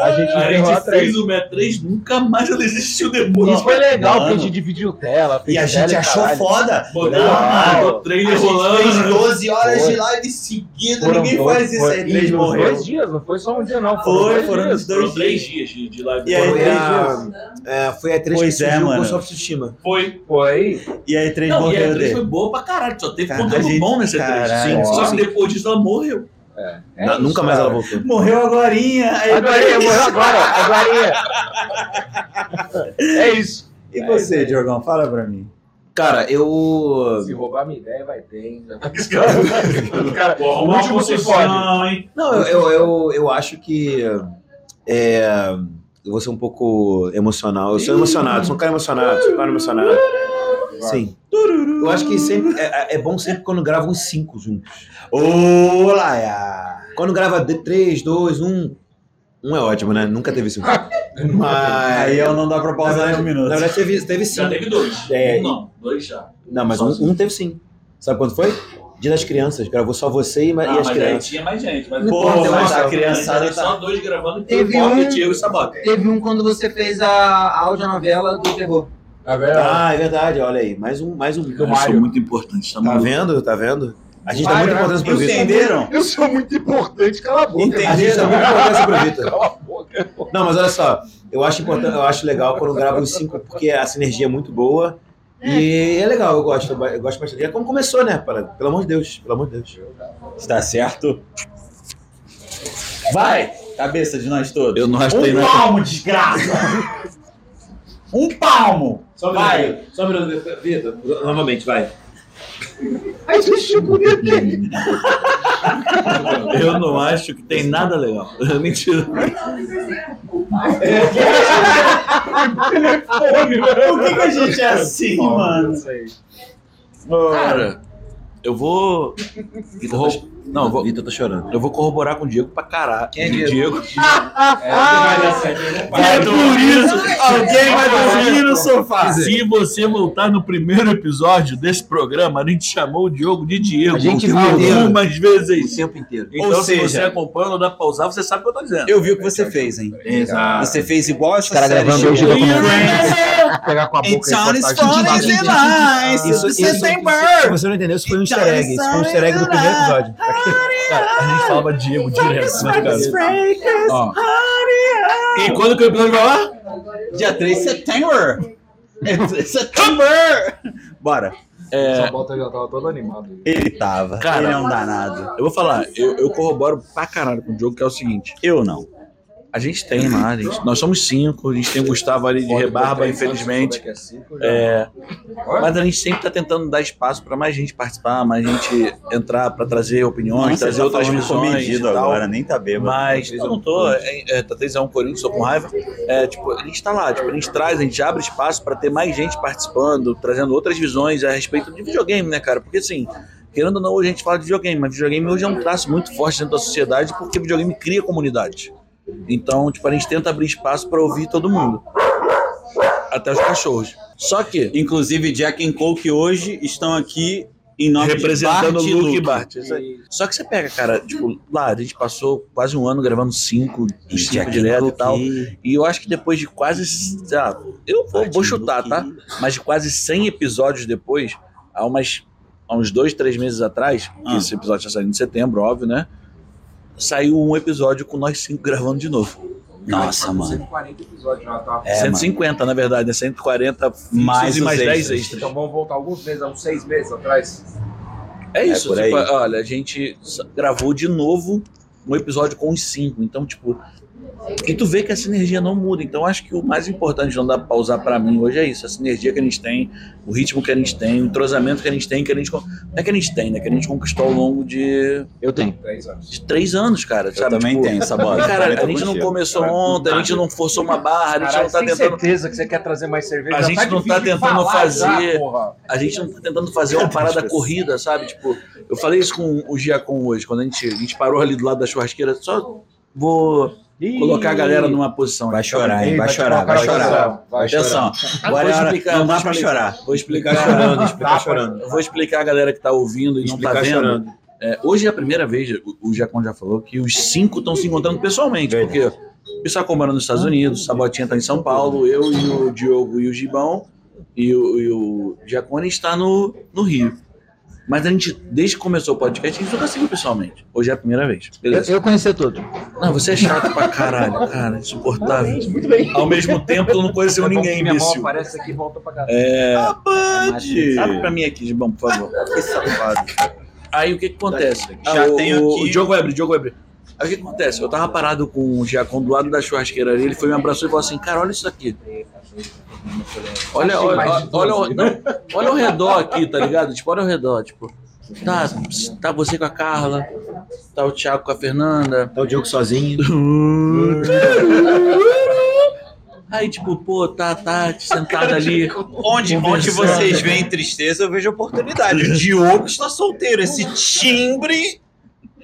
A gente,
A
gravou
gente
E3.
fez o E3, nunca mais ela existiu depois.
Isso foi legal, porque a
mano.
gente dividiu tela. fez
E a
tela
gente achou
caralho.
foda.
Botou
Não.
o
A
trailer
gente fez
rolando.
12 horas
Foi.
de live seguida.
Foram
Ninguém
dois-
faz isso
foi-
aí. Três
Foram
morreu.
dois dias, não foi só um dia, não.
Foi,
dois
foram
dias.
dois
Foram três dias de, de live.
E aí,
Foi
três
a, é, foi a 3
Pois
que
é,
surgiu
mano.
o Ghost of Tsushima.
Foi.
Foi.
E aí, três
Não, e a
morreu
E3
dele.
foi boa pra caralho. Só teve
Cara,
conteúdo
a gente-
bom nessa
caralho.
E3. Só que depois disso ela morreu.
É
Não,
isso,
nunca mais
cara.
ela voltou.
Morreu agorinha.
É,
Aí,
Agora, morreu agora, agora. É isso.
E você, Diogão? Fala pra mim.
Cara, eu.
Se roubar minha ideia, vai ter, hein?
Cara, o
último se fode.
hein?
Não, eu, eu, eu, eu acho que. É, eu vou ser um pouco emocional. Eu sou emocionado, sou um cara emocionado, sou um cara emocionado. Sim. Eu acho que sempre, é, é bom sempre quando gravam os cinco juntos.
Ô, Laia.
Quando grava de- três, dois, um. Um é ótimo, né? Nunca teve cinco. Mas.
Aí eu não dá pra pausar nem um
Na
minuto.
verdade, teve, teve
Já
cinco.
teve dois.
É,
Um não, dois já.
Não, mas um, um teve sim. Sabe quando foi? Dia das crianças. Gravou só você e, ma-
Ah,
e as
mas aí
crianças.
tinha mais gente. Mas, é
Pô,
Porra,
mas
mas
a criançada
era
tá-
só dois gravando e
Teve
teve o
um-
Bob, eu e o Sabota.
Teve um quando você fez a, a audionovela do terror.
Tá vendo?
Ah, é verdade, olha aí. Mais um, mais um.
Eu sou muito importante, tá
Tá
maluco?
vendo? Tá vendo? A gente dá
Vai,
muita
né?
importância pro Vitor.
Entenderam?
Eu sou muito importante, cala a boca.
A gente dá muita importância pro Vitor.
Cala a boca.
Não, mas olha só. Eu acho, importan- eu acho legal quando gravo os cinco, porque a sinergia é muito boa. E é legal, eu gosto. Eu gosto bastante. É como começou, né? Pela- Pelo amor de Deus. Pelo amor de Deus.
Está certo? Vai! Cabeça de nós todos.
Eu não arrastei
Um
nada.
palmo, desgraça! um palmo!
Só um
Vai.
minuto, Só um minuto, Vitor.
Novamente, vai.
Aí você chegou nele.
Eu não acho que tem nada legal. Mentira.
Por que, que a gente é assim, mano?
Cara, eu vou. Vou- Não, eu vou,
Vitor tá chorando.
eu vou corroborar com o Diego pra caralho.
Quem é
Diego?
Ah!
É por isso! Alguém vai dormir no sofá!
Se você voltar no primeiro episódio desse programa, a gente chamou o Diogo de Diego.
A gente vai-
algumas
O
vezes.
tempo inteiro.
Então,
Ou
se você
seja-
acompanha, não dá pra pausar, você sabe o que eu tô dizendo.
Eu vi o que você fez, hein?
Exato.
Você fez igual essa
cara
série.
gravando hoje,
Chico.
eu vou
Pegar com a
It
boca
sounds
cortar
fun
a
as
gente.
it lies!
Isso- isso-
Você tem
Se
bird!
você não entendeu, isso foi um
Então,
easter egg. Isso foi um easter egg do primeiro episódio.
Cara, a gente falava Diego
é
direto na cabeça.
Ó,
E quando que o episódio vai lá?
Dia 3 de setembro! É 3 de setembro! Bora!
É,
Essa bota já tava todo animado.
Ele tava.
Cara,
ele é um danado.
Eu vou falar, eu, eu corroboro pra caralho com o Diogo, que é o seguinte.
Eu não.
A gente tem lá, a gente, nós somos cinco, a gente tem o Gustavo ali de rebarba, infelizmente.
é
É, mas a gente sempre tá tentando dar espaço pra mais gente participar, mais gente entrar pra trazer opiniões,
Nossa,
trazer
tá
outras
falando
visões e
comedido
tal.
agora, nem tá bêbado.
Mas eu não tô, é, é, tá 3x1 Corinthians, tô com raiva. É, tipo, a gente tá lá, tipo, a gente traz, a gente abre espaço pra ter mais gente participando, trazendo outras visões a respeito de videogame, né, cara? Porque assim, querendo ou não, hoje a gente fala de videogame, mas videogame hoje é um traço muito forte dentro da sociedade porque videogame cria comunidade. Então, tipo, a gente tenta abrir espaço pra ouvir todo mundo. Até os cachorros. Só que,
Inclusive, Jack é um and Coke hoje estão aqui em nome
representando
de
o Luke e
Bart.
Bart. isso aí. Só que você pega, cara, tipo, lá, a gente passou quase um ano gravando cinco,
tipo E
os cinco
Jack and
direto e
Coke.
tal. E eu acho que depois de quase. sei tá? lá, eu vou, vou chutar, tá? Mas de quase 100 episódios depois, há umas há uns dois, três meses atrás, que
Ah.
esse episódio já saiu em setembro, óbvio, né? Saiu um episódio com nós cinco gravando de novo.
Nossa, mano.
140 episódios já, tá?
É,
150, na verdade, né? 140 fixos
Mais
e
os
mais 10
extras.
extras.
Então vamos voltar alguns meses, há uns seis meses atrás.
É isso,
por
tipo,
aí.
olha, a gente s- gravou de novo um episódio com os cinco, então, tipo. E tu vê que a sinergia não muda. Então, acho que o mais importante de não dar pra pausar pra mim hoje é isso: a sinergia que a gente tem, o ritmo que a gente tem, o entrosamento que a gente tem, que a gente. con- Não é que a gente tem, né? Que a gente conquistou ao longo de,
Eu tenho.
Três anos.
de três anos, cara. tipo,
Eu também tenho essa bola.
Cara,
Também tô
a gente não
contigo.
começou
Cara,
ontem, a gente não forçou uma barra, a gente não tá
tem
tentando.
certeza que você quer trazer mais cerveja?
A
Já
gente não
difícil
tá
de
tentando
falar já,
fazer-
porra.
A gente não tá tentando fazer uma parada corrida, sabe? Tipo, eu falei isso com o Giacom hoje, quando a gente, a gente parou ali do lado da churrasqueira, só vou colocar a galera numa posição.
Vai chorar, hein?
Ei,
Vai chorar, vai
provocar
chorar.
razão. Vai
Atenção. Agora
Vou
é a hora-
explicar,
não
vou
dá pra
explicar.
chorar.
Vou explicar,
Ficar chorando,
Dá pra-
explicar chorando.
eu vou explicar a galera que tá ouvindo e não tá
Explicar
vendo.
chorando.
É, hoje é a primeira vez, o- o Giacom já falou, que os cinco estão se encontrando pessoalmente, porque o Sacom mora nos Estados Unidos, o Sabotinha tá em São Paulo, eu e o Diogo e o Gibão e o, e o Giacone está no, no Rio. Mas a gente, desde que começou o podcast, a gente nunca seguiu pessoalmente. Hoje é a primeira vez.
Eu,
Beleza?
eu conheci todos.
Não, você é chato pra caralho, cara, insuportável.
Muito bem.
Ao mesmo tempo, tu não conheceu
É bom que
ninguém,
Minha mão
imbecil.
aparece aqui e volta pra casa.
Abre pra mim aqui, Gibão, por favor.
Que safado.
Aí o que que acontece? Ah,
Já
o,
tenho
o,
aqui-
o Diogo Ebre, Diogo Ebre. Aí o que que acontece? Eu tava parado com o Giacom do lado da churrasqueira ali, ele foi me abraçou e falou assim, cara, olha isso aqui. Olha, olha, olha, olha, o- não, olha ao redor aqui, tá ligado? Tipo, olha ao redor, tipo. Tá, tá você com a Carla, tá o Thiago com a Fernanda.
Tá o Diogo sozinho.
Aí, tipo, pô, tá a Tati sentada ali.
Onde, onde vocês veem tristeza, eu vejo oportunidade. O Diogo está solteiro. Esse timbre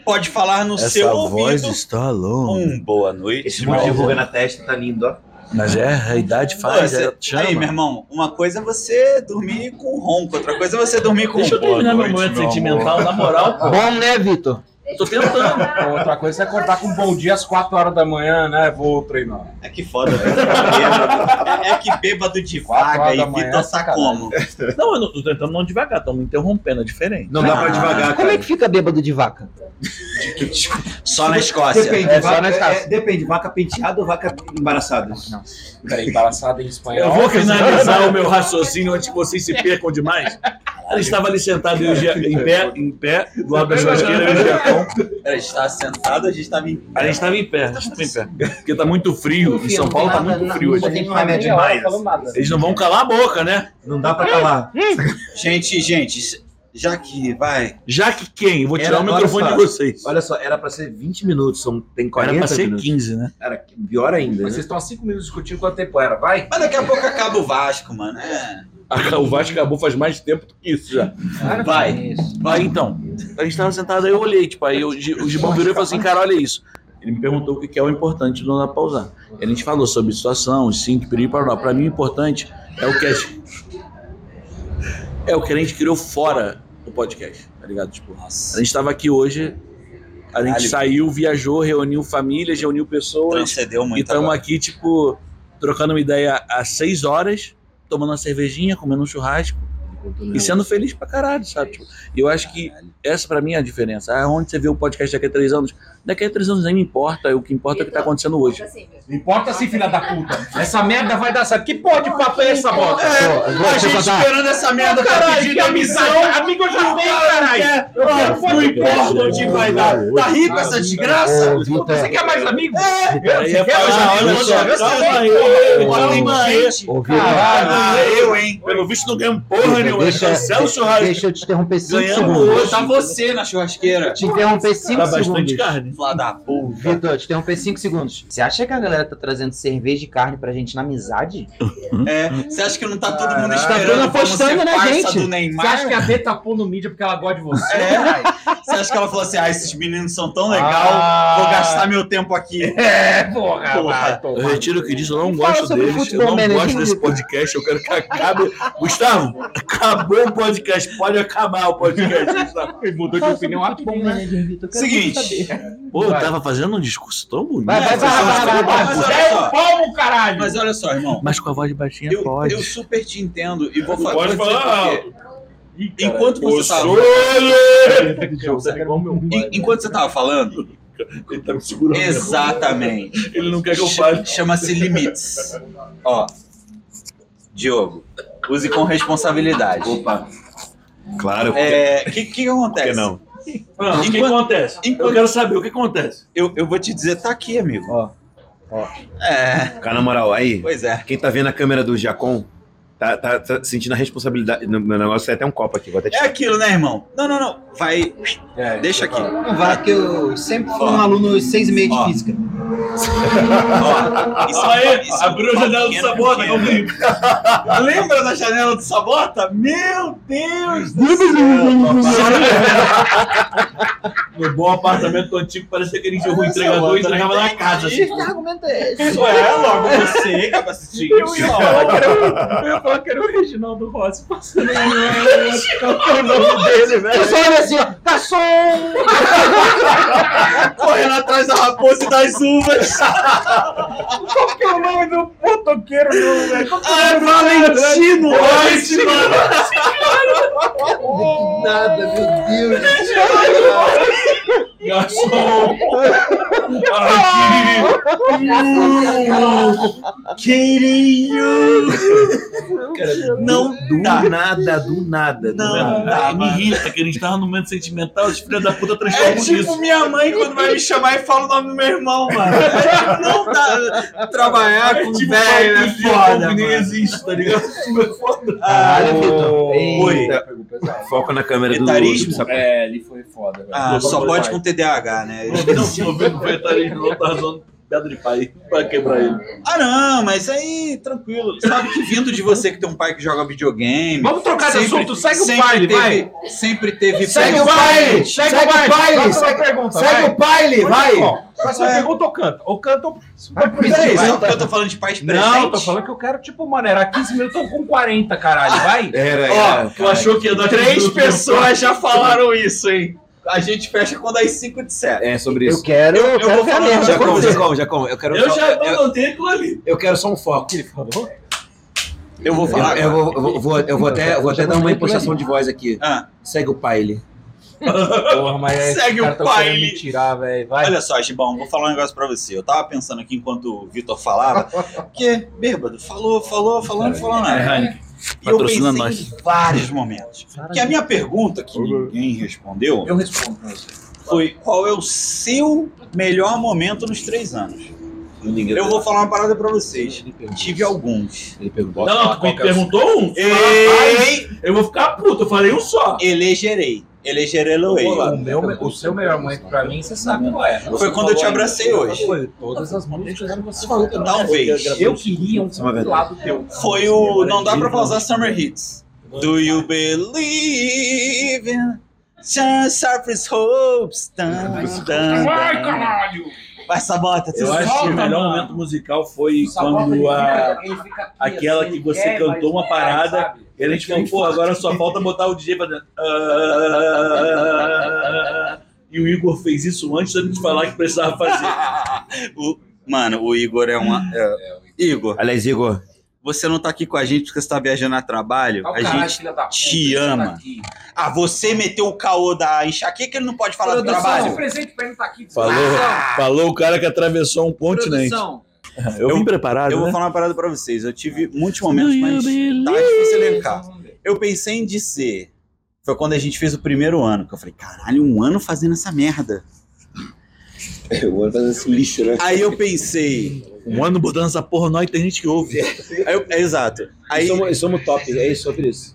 pode falar no seu ouvido.
está longe.
Um boa noite.
Esse monte de ruga na testa tá lindo, ó.
Mas é, a idade
Pô,
faz,
você-
é, chama.
Aí, meu irmão, uma coisa é você dormir com ronco, outra coisa é você dormir com
Deixa eu
boa
terminar meu
noite,
momento
meu amor.
sentimental, na moral, pô.
Bom, né, Vitor?
Eu Tô tentando.
Outra coisa é acordar com bom dia às 4 horas da manhã, né? Vou treinar.
É que foda, velho. É, é que bêbado de
Quatro
vaga
horas da
e
manhã,
Vitor Sacomo.
Não, eu não tô tentando não devagar, estão me interrompendo, é diferente.
Não dá pra devagar,
Como é
cara.
que fica bêbado de vaca?
Só na Escócia.
É só nas casas.
depende, vaca penteada ou vaca embaraçada?
Peraí, embaraçada em espanhol.
Eu vou finalizar o meu raciocínio antes que vocês se percam demais. Ele estava ali sentado eu e o Gia- em pé, em pé, do lado da churrasqueira, eu e o Giacom.
A gente tava sentado, a gente tá tava em
A gente estava em pé, a gente tava em pé. Porque tá muito frio, em São Paulo tá muito frio
Não
hoje.
um
tem remédio
Meia hora
demais.
falando
Eles não vão calar a boca, né?
Não dá pra calar.
Gente, gente, já que vai.
Já que quem? Vou tirar
Era
o
agora
microfone de
só.
vocês.
Olha só, era pra ser 20 minutos, são, tem
Era
40
pra ser
minutos.
15, né?
Cara, que- pior ainda.
Mas
né?
vocês estão há 5 minutos discutindo quanto tempo era. Vai.
Mas daqui a pouco acaba o Vasco, mano. É.
O Vasco acabou faz mais tempo do que isso já.
Vai.
Aí então, a gente tava sentado, aí eu olhei, tipo, aí o, Gi- o Gibão virou e falou assim, cara, olha isso. Ele me perguntou o que que é o importante do Não Dá Pra Usar. E a gente falou sobre situação, os cinco perigos para Pra mim, o importante é o que a gente... É o que a gente criou fora do podcast, tá ligado? Tipo, a gente tava aqui hoje, a gente
Caralho.
saiu, viajou, reuniu famílias, reuniu pessoas,
Transcendeu
e
muito.
Então,
estamos
agora.
aqui, tipo, trocando uma ideia às seis horas, tomando uma cervejinha, comendo um churrasco, e sendo feliz pra caralho, sabe? Tipo, E eu acho que essa pra mim é a diferença. Ah, onde você vê o podcast daqui a três anos? Daqui a três anos nem me importa, o que importa é o que tá acontecendo hoje.
Não importa se, filha da puta. Essa merda vai dar certo. Que porra de papo é essa, bota?
Pô, eu vou
A gente
te contar.
esperando essa merda pra pedir demissão.
Amigo, eu já tenho, caralho.
Não importa onde vai dar. Tá rico essa desgraça?
Ô, Vitor,
Você quer mais amigo?
Aí é
Olha,
falar,
olha
olha
só,
só,
olha só,
calma aí,
olha,
porra,
olha,
tem
olha,
gente.
Ô, Vitor,
Ah, eu, hein?
Pelo visto não ganhamos porra nenhuma,
Deixa-
cancela o churrasco.
deixa eu te interromper 5
Ganhamos
segundos.
hoje.
Tá você na churrasqueira.
Te interromper 5
Tá bastante
segundos.
carne.
Filha da puta.
Vitor, te interromper 5 segundos.
Você acha que a galera tá trazendo cerveja e carne pra gente na amizade?
É, você acha que não tá todo mundo
Caralho.
esperando
Tá todo apostando
como ser
na
parça
gente.
do
Você acha
Neymar?
que é a B tapou no mídia porque ela gosta de você?
É. Você acha que ela falou assim, ah, esses meninos são tão legal,
Ah.
vou gastar meu tempo aqui.
É, porra.
Porra.
vai
Eu
tomar.
retiro o que disse, eu não
Me fala
gosto
sobre
deles, eu
futebol,
não
Menezes,
gosto desse
Vitor.
podcast, eu quero que acabe. Gustavo, acabou o podcast, pode acabar o podcast, Gustavo.
Mudou de opinião né? rápido.
Seguinte, É,
Pô, eu tava fazendo um discurso tão bonito.
Vai, vai, vai, vai, vai, vai.
Mas olha
É
só.
o palmo, caralho.
mas olha só, irmão.
Mas com a voz baixinha
Eu,
pode.
eu super te entendo e vou
Não
falar.
pode
vou dizer
falar
por quê. Enquanto você tá tava.
um
En- Enquanto você tava falando.
Ele tá me segurando.
Exatamente.
Ele não quer que eu fale.
Ch- Chama-se limites. Ó. Diogo, use com responsabilidade.
Opa. Claro, porque
É, O que, que
por que
acontece?
não?
Ah, o que
Enquanto-
acontece? Eu
enquanto-
quero saber o que acontece.
Eu, eu vou te dizer, tá aqui, amigo.
Ó, ó.
É,
Cara, na moral, aí,
pois é.
quem tá vendo a câmera do Giacom, tá, tá- tá sentindo a responsabilidade. No meu negócio é até um copo aqui, vou até
É
tirar.
aquilo, né, irmão? Não, não, não. Vai.
É,
Deixa aqui.
Não vai, porque eu sempre fui
Ó.
um aluno seis e meio de
Ó.
física.
Ó, isso
Aí,
isso
abriu a janela do
pequeno,
sabota,
pequeno.
meu primo.
tá Lembra da janela do Sabota? Meu Deus!
No bom apartamento antigo, parecia que ele enxergou o entregador e entregava na casa. assim.
Que argumento é esse?
Isso é né? logo você que tá assistindo.
Eu ia falar que era o- eu ia falar que era o Reginaldo Rossi passando ali.
Eu só olho assim, ó, garçom!
Correndo atrás da raposa e das uvas.
Qual que é o nome do motoqueiro do. velho? Qual que é o
Ah, Valentino! Oeste, mano!
Nada, meu Deus.
Garçom!
É
Aqui!
Querido! Não
Do nada, do nada. Do
Não,
nada.
É, me irrita que a gente tava num momento sentimental, os filhos da puta
É
transformam
tipo
isso.
minha mãe quando vai me chamar e fala o nome do meu irmão, mano. É tipo Não dá. Trabalhar com velho é foda,
nem
mano.
existe, tá ligado? É foda.
Caralho, Vitor.
Eita, Foco na câmera do,
Etarismo?
do sapato.
É, ele foi foda, velho.
Ah, só pode com TDAH, né?
Não se ouvindo comentário, não tá zoando pedra de pai pra quebrar ele.
Ah, não, mas aí, tranquilo. Sabe que vindo de você que tem um pai que joga videogame.
Vamos trocar de assunto, segue o
sempre
baile,
teve, Sempre teve.
Segue
pais-
o baile! Segue o baile! Próxima
segue-
tá
pergunta,
Segue o baile, vai!
Próxima
É.
pergunta ou canta? Ou canta ou...
Peraí, só porque eu tô falando de pais presentes.
Não, tô falando que eu quero, tipo, mano, era 15 minutos, tô com 40, caralho, vai!
Era,
Ó,
era.
Tu achou que ia dar
é, Três
aquele-
pessoas já falaram isso, hein? A gente fecha quando as cinco disseram.
É sobre
Eu
isso.
quero, eu,
eu
quero
vou
ver a
falar,
merda.
Jacom,
acontecer.
Jacom, Jacom, eu quero
Eu
só,
já
eu,
abandonei aquilo ali.
eu quero só um foco. Ele falou?
Eu vou
Eu,
falar.
eu vou, eu vou- eu vou- eu vou até, eu vou até dar uma impostação de voz aqui.
Ah,
Segue o baile.
Porra, mas aí
Segue
os caras
o
tá
tão querendo
baile.
me tirar, velho. Vai.
olha só, Gibão, vou falar um negócio pra você. Eu tava pensando aqui enquanto o Vitor falava, que bêbado, falou, falou, falou, não falou nada. né? E eu pensei
É, Patrocina
em vários momentos. Que a minha pergunta, que ninguém respondeu,
Eu respondo pra você.
foi qual é o seu melhor momento nos três anos?
Ninguém- tá
Eu vou falar uma parada pra vocês. Tive alguns.
Ele perguntou.
Não, não, tu
é
me perguntou um?
Ei,
Eu vou ficar puto, eu falei um só.
elegerei. Elegerei-loei.
O, meu, o seu melhor momento pra mim, você sabe qual é.
Foi quando eu te abracei hoje.
Foi todas as músicas que você falou.
Talvez.
Eu queria um
Isso é uma verdade.
lado teu.
Foi
é
o Não Dá Pra Pausar Summer Hits. Do you believe in chance of his hopes? Dun, dun,
Vai,
dun.
caralho!
Vai, Sabota, se
Eu acho que o
solta,
melhor
mano.
momento musical foi quando a, aquela
assim,
que você cantou uma parada e a gente falou, pô, agora só falta botar o DJ pra dentro. Ah, E o Igor fez isso antes da gente falar que precisava fazer.
O- Mano, o Igor é uma... é- Igor,
Aliás, Igor,
você não tá aqui com a gente porque você tá viajando a trabalho. A gente... te ama. Ah, você meteu o caô da enxaqueca, ele não pode falar do
Trabalho.
trabalho.
presente pra ele tá aqui.
falou o cara que atravessou um
Produção.
Eu vim
preparado, né?
Eu vou falar uma parada pra vocês. Eu tive muitos momentos, mas tá difícil elencar. Eu pensei em dizer. Foi quando a gente fez o primeiro ano, que eu falei, caralho, um ano fazendo essa merda.
Eu vou fazer esse lixo, né?
Aí eu pensei.
Um ano botando essa porra nós, tem gente que ouve.
aí eu- é, exato. Aí,
somos, somos top, é isso, sobre isso.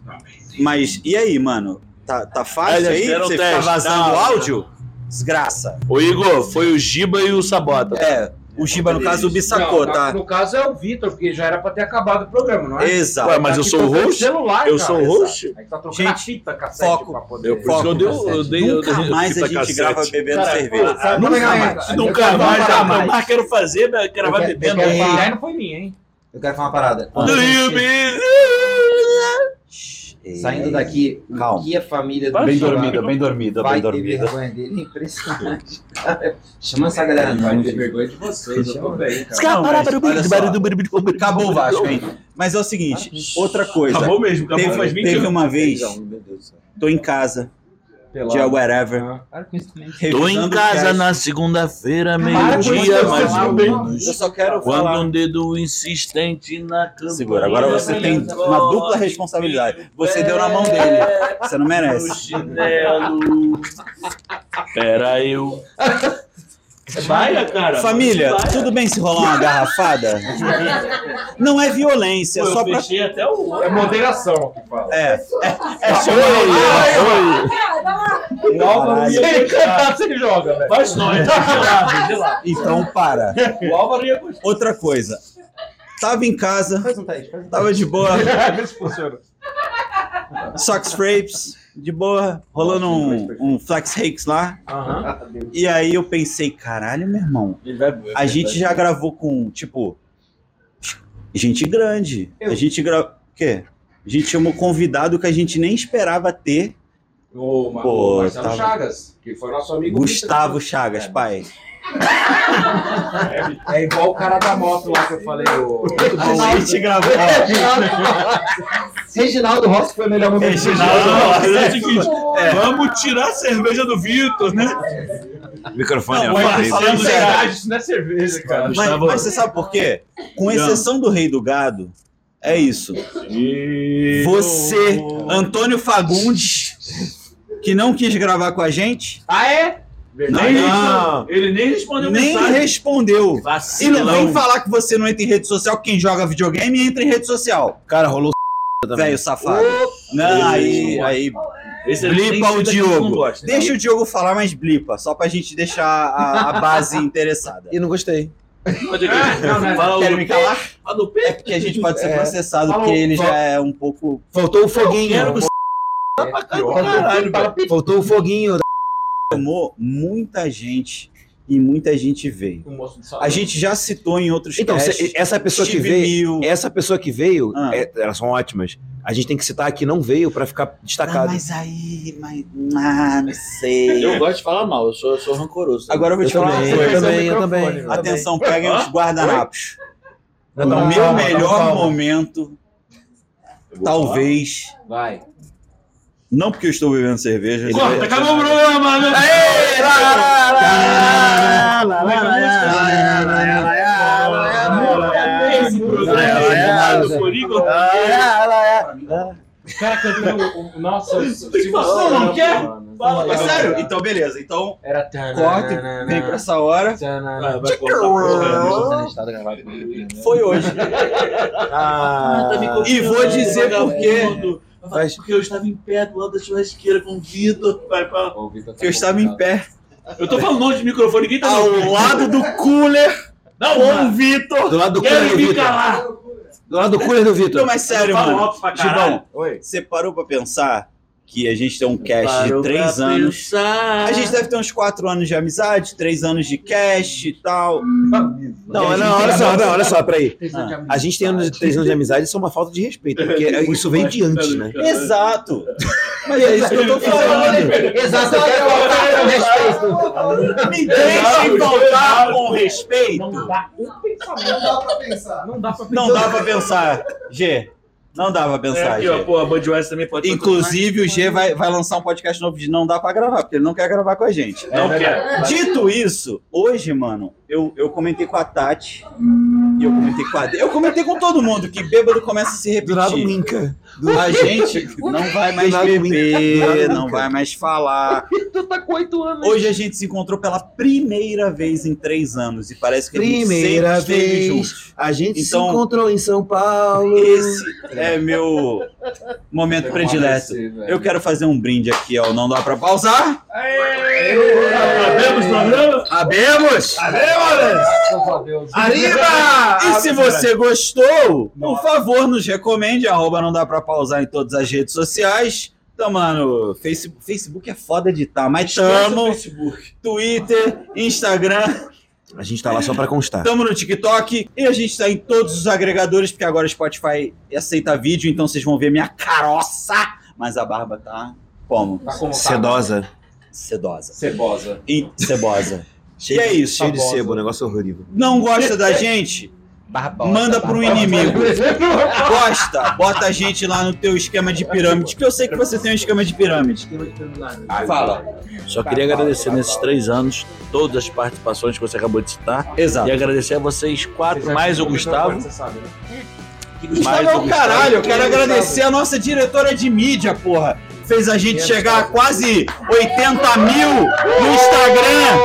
mas e aí, mano? Tá, tá fácil
Olha,
aí?
fizeram
Você
um
ficar
teste,
vazando
tá?
áudio? Desgraça.
O Igor, foi o Giba e o Sabota.
É, o Giba, no caso, o Bissacô,
Não,
tá?
No caso é o Vitor, porque já era pra ter acabado o programa, não é?
Exato.
Ué, mas eu
Aqui
sou o
trocando
host?
Celular,
Eu
cara.
sou o host?
Aí tá trocando a fita, cacete,
foco.
pra poder...
Eu, por isso que eu dei, eu dei, eu
Nunca
dei-
mais a
fita
gente
cassete.
grava bebendo
Cara, é
cerveja.
Nunca
Se Nunca mais, nunca mais. mais quero fazer, mas quero vai
Eu
bebendo.
quero
E
falar-
aí não foi minha, hein?
Eu quero falar uma parada. Quando
Do
a
you
gente-
believe?
Saindo daqui, o
Calma.
que a família do
Bem
Bolsonaro
dormida, bem dormida,
vai
bem
ter
dormida.
vergonha dele é impressionante. Chama essa galera não.
Vai ter
gente.
vergonha de vocês, eu tô bem, cara.
Acabou o Vasco, hein? Mas é o seguinte, outra coisa.
Acabou mesmo, acabou
Teve,
faz 20
teve
anos.
uma vez,
um, Meu Deus do céu.
tô em casa, dia
Pelado.
whatever.
Para com isso também.
Tô em
revisando
casa
o cast.
na segunda-feira,
Para com isso,
meio-dia,
eu
mais
falo
ou
bem.
menos.
Eu só quero
Quando
falar.
um dedo insistente na campanha.
Segura, agora você tem uma dupla responsabilidade. Você deu na mão dele,
É,
você não
no
merece.
chinelo. Pera eu. Vai, cara.
Família, tudo bem se rolar uma garrafada? Não é violência, é
Eu
só pra...
fechei até o.
É moderação que fala.
É, é, é chamar...
O Álvaro
Caralho.
ia cantar, você joga, velho.
Mas não, é gelado, é gelado.
Então para.
O Álvaro ia gostar.
Outra coisa. Tava em casa,
Faz um teste, faz um teste.
tava de boa,
Vê se funciona.
Sox Frapes, de boa, rolando um, um Flex Hakes lá.
Aham.
E aí eu pensei, caralho, meu irmão,
Ele vai.
a gente já gravou com, tipo, gente grande. A gente gravou. O quê? A gente chamou convidado que a gente nem esperava ter.
O, Ma-
Pô,
o Marcelo
tava-
Chagas, que foi nosso amigo.
Gustavo Chagas, pai.
É igual o cara da moto lá que eu falei. O... É,
A gente gravou.
Reginaldo Rossi foi o melhor momento.
É.
é, Vamos tirar a cerveja do Vitor, né?
Microfone,
Não,
ó,
mas-
fala aí.
falando
Falando
sério.
verdade, isso não é cerveja, cara.
Mas, mas você sabe por quê? Com exceção do Rei do Gado, é isso. Você, Antônio Fagundes, que não quis gravar com a gente,
Ah, é?
Não, não.
é
Ele nem respondeu
nem respondeu. E não vem
Vacilão.
falar que você não entra em rede social, quem joga videogame entra em rede social.
Cara, rolou também.
Velho safado. Não, aí, aí.
Esse ele tem
Blipa o
sentido que não
Diogo.
gosta.
Deixa o Diogo falar, mas blipa, só pra gente deixar a, a base interessada.
E não gostei.
Pode ir.
Ah,
Fala o-
Querem me calar?
fala do
É
Pedro.
porque a gente pode ser
É.
processado, porque
Falou,
ele
falou.
já é um pouco.
Faltou o foguinho.
Quero que você pra caralho, velho.
Faltou o foguinho. né?
Tomou muita gente e muita gente veio. A gente já citou em outros
Então,
casts,
cê- essa pessoa que
Steve
veio. é
Mill.
Essa pessoa que veio,
Ah.
é, elas são ótimas. A gente tem que citar a que não veio pra ficar
Ah,
destacado.
mas aí, mas ah, não sei.
Eu gosto de falar mal, eu sou, eu sou rancoroso.
Agora eu vou
Eu
te falar uma
também,
coisa.
eu também, eu também. eu também.
Atenção, peguem os guardanapos.
Não,
No
não,
meu
calma,
melhor
calma.
momento, talvez.
Vai.
Não porque eu estou bebendo cerveja.
Corta, acabou o programa, né? Esse programa é do Coringa.
O cara cantando. o- o- Nossa, se você
Não, não quer? Fala,
É
cara.
sério? Então, beleza. Então,
Era
corta e vem pra essa hora.
Ah, vai cortar o programa.
tá
Foi hoje.
Ah,
E vou dizer por quê.
Mas-
Porque eu estava em pé do lado da churrasqueira com o Vitor. Vai, fala.
Que eu estava em pé.
Eu tô falando longe de microfone, ninguém tá
Ao
ouvindo.
lado do cooler
Não,
com o
mano,
Vitor.
Ah, do lado do cooler
quero
do
me
Vitor.
calar.
Do lado do cooler do
Não,
Vitor.
mas sério,
Eu falo
mano.
alto pra caralho.
Gibão, você parou pra pensar que a gente tem um cast
Parou
de
pra
três anos.
pensar.
A gente deve ter uns quatro anos de amizade, três anos de cast e tal.
Não, é não, olha só, não, olha só, peraí. A gente tem anos, três anos de amizade, isso é uma falta de respeito, porque isso veio de antes, né?
Exato! Mas é isso que eu tô falando.
Exato, eu quero voltar com respeito.
Me deixem faltar com respeito. Não dá pra pensar, G. Não dá pra
É,
pensar,
aqui, ó,
G.
pô, a Budweiser também pode...
Inclusive, o G vai, vai lançar um podcast novo de não dá pra gravar, porque ele não quer gravar com a gente.
Não quero.
Dito isso, hoje, mano, eu, eu comentei com a Tati e eu comentei com a Adê. Eu comentei com todo mundo que bêbado começa a se
Do lado do
repetir.
Inca.
A gente não vai mais
nada do
beber,
nada
não
do
vai mais falar.
Tu tá com oito anos.
Hoje a gente se encontrou pela primeira vez em três anos e parece que
Primeira
a gente sempre esteve
vez.
juntos.
A gente
Então-
se encontrou em São Paulo.
Esse é meu momento predileto. Eu quero fazer um brinde aqui, ó. Não dá pra pausar?
Acabemos o programa?
Abemos!
E se você gostou, por favor, nos recomende. Arroba não dá pra pausar em todas as redes sociais. Tamo lá no Facebook. Facebook é foda editar, mas tamo. Twitter, Instagram.
A gente tá lá só pra constar.
Tamo no TikTok. E a gente tá em todos os agregadores, porque agora o Spotify aceita vídeo, então vocês vão ver minha caroça. Mas a barba tá como?
Sedosa.
sedosa.
Cebosa.
E... Cebosa.
Cheio
E é
de-
isso.
Cheio de sebo, um negócio horrível.
Não gosta da gente?
Barbosa.
Manda pro inimigo. Gosta, bota a gente lá no teu esquema de pirâmide, que eu sei que você tem um esquema de pirâmide.
Fala.
Só queria agradecer nesses três anos todas as participações que você acabou de citar.
Tá.
Exato.
E agradecer a vocês quatro, mais o Gustavo.
né?
Gustavo
Mais
é
o
o caralho, eu quero agradecer a nossa diretora de mídia, porra. Fez a gente chegar a quase 80 mil no Instagram.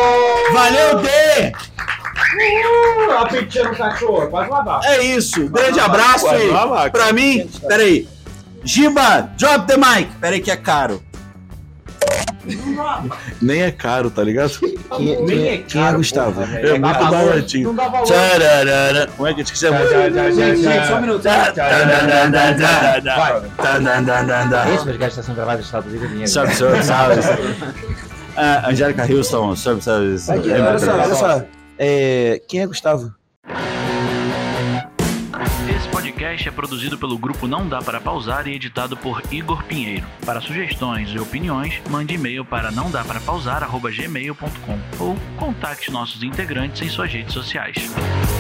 Valeu, D!
A pintinha no cachorro, vai lavar.
É isso, grande abraço e pra mim, peraí. Giba, drop the mic. Peraí que é caro.
Nem é caro, tá ligado?
Quem, quem, é, quem é Gustavo?
É muito baratinho. Tchararara. Como é que a gente quiser
Gente, gente, só um minuto.
Esse podcast está sendo gravado no estado do Rio de Janeiro.
Sabe, sabe, sabe. Ah, Angélica Houston, sabe, sabe. sabe.
Olha só, olha só. É, quem é Gustavo?
Esse podcast é produzido pelo grupo Não Dá Para Pausar e editado por Igor Pinheiro. Para sugestões e opiniões, mande e-mail para não dá para pausar@gmail.com ou contacte nossos integrantes em suas redes sociais.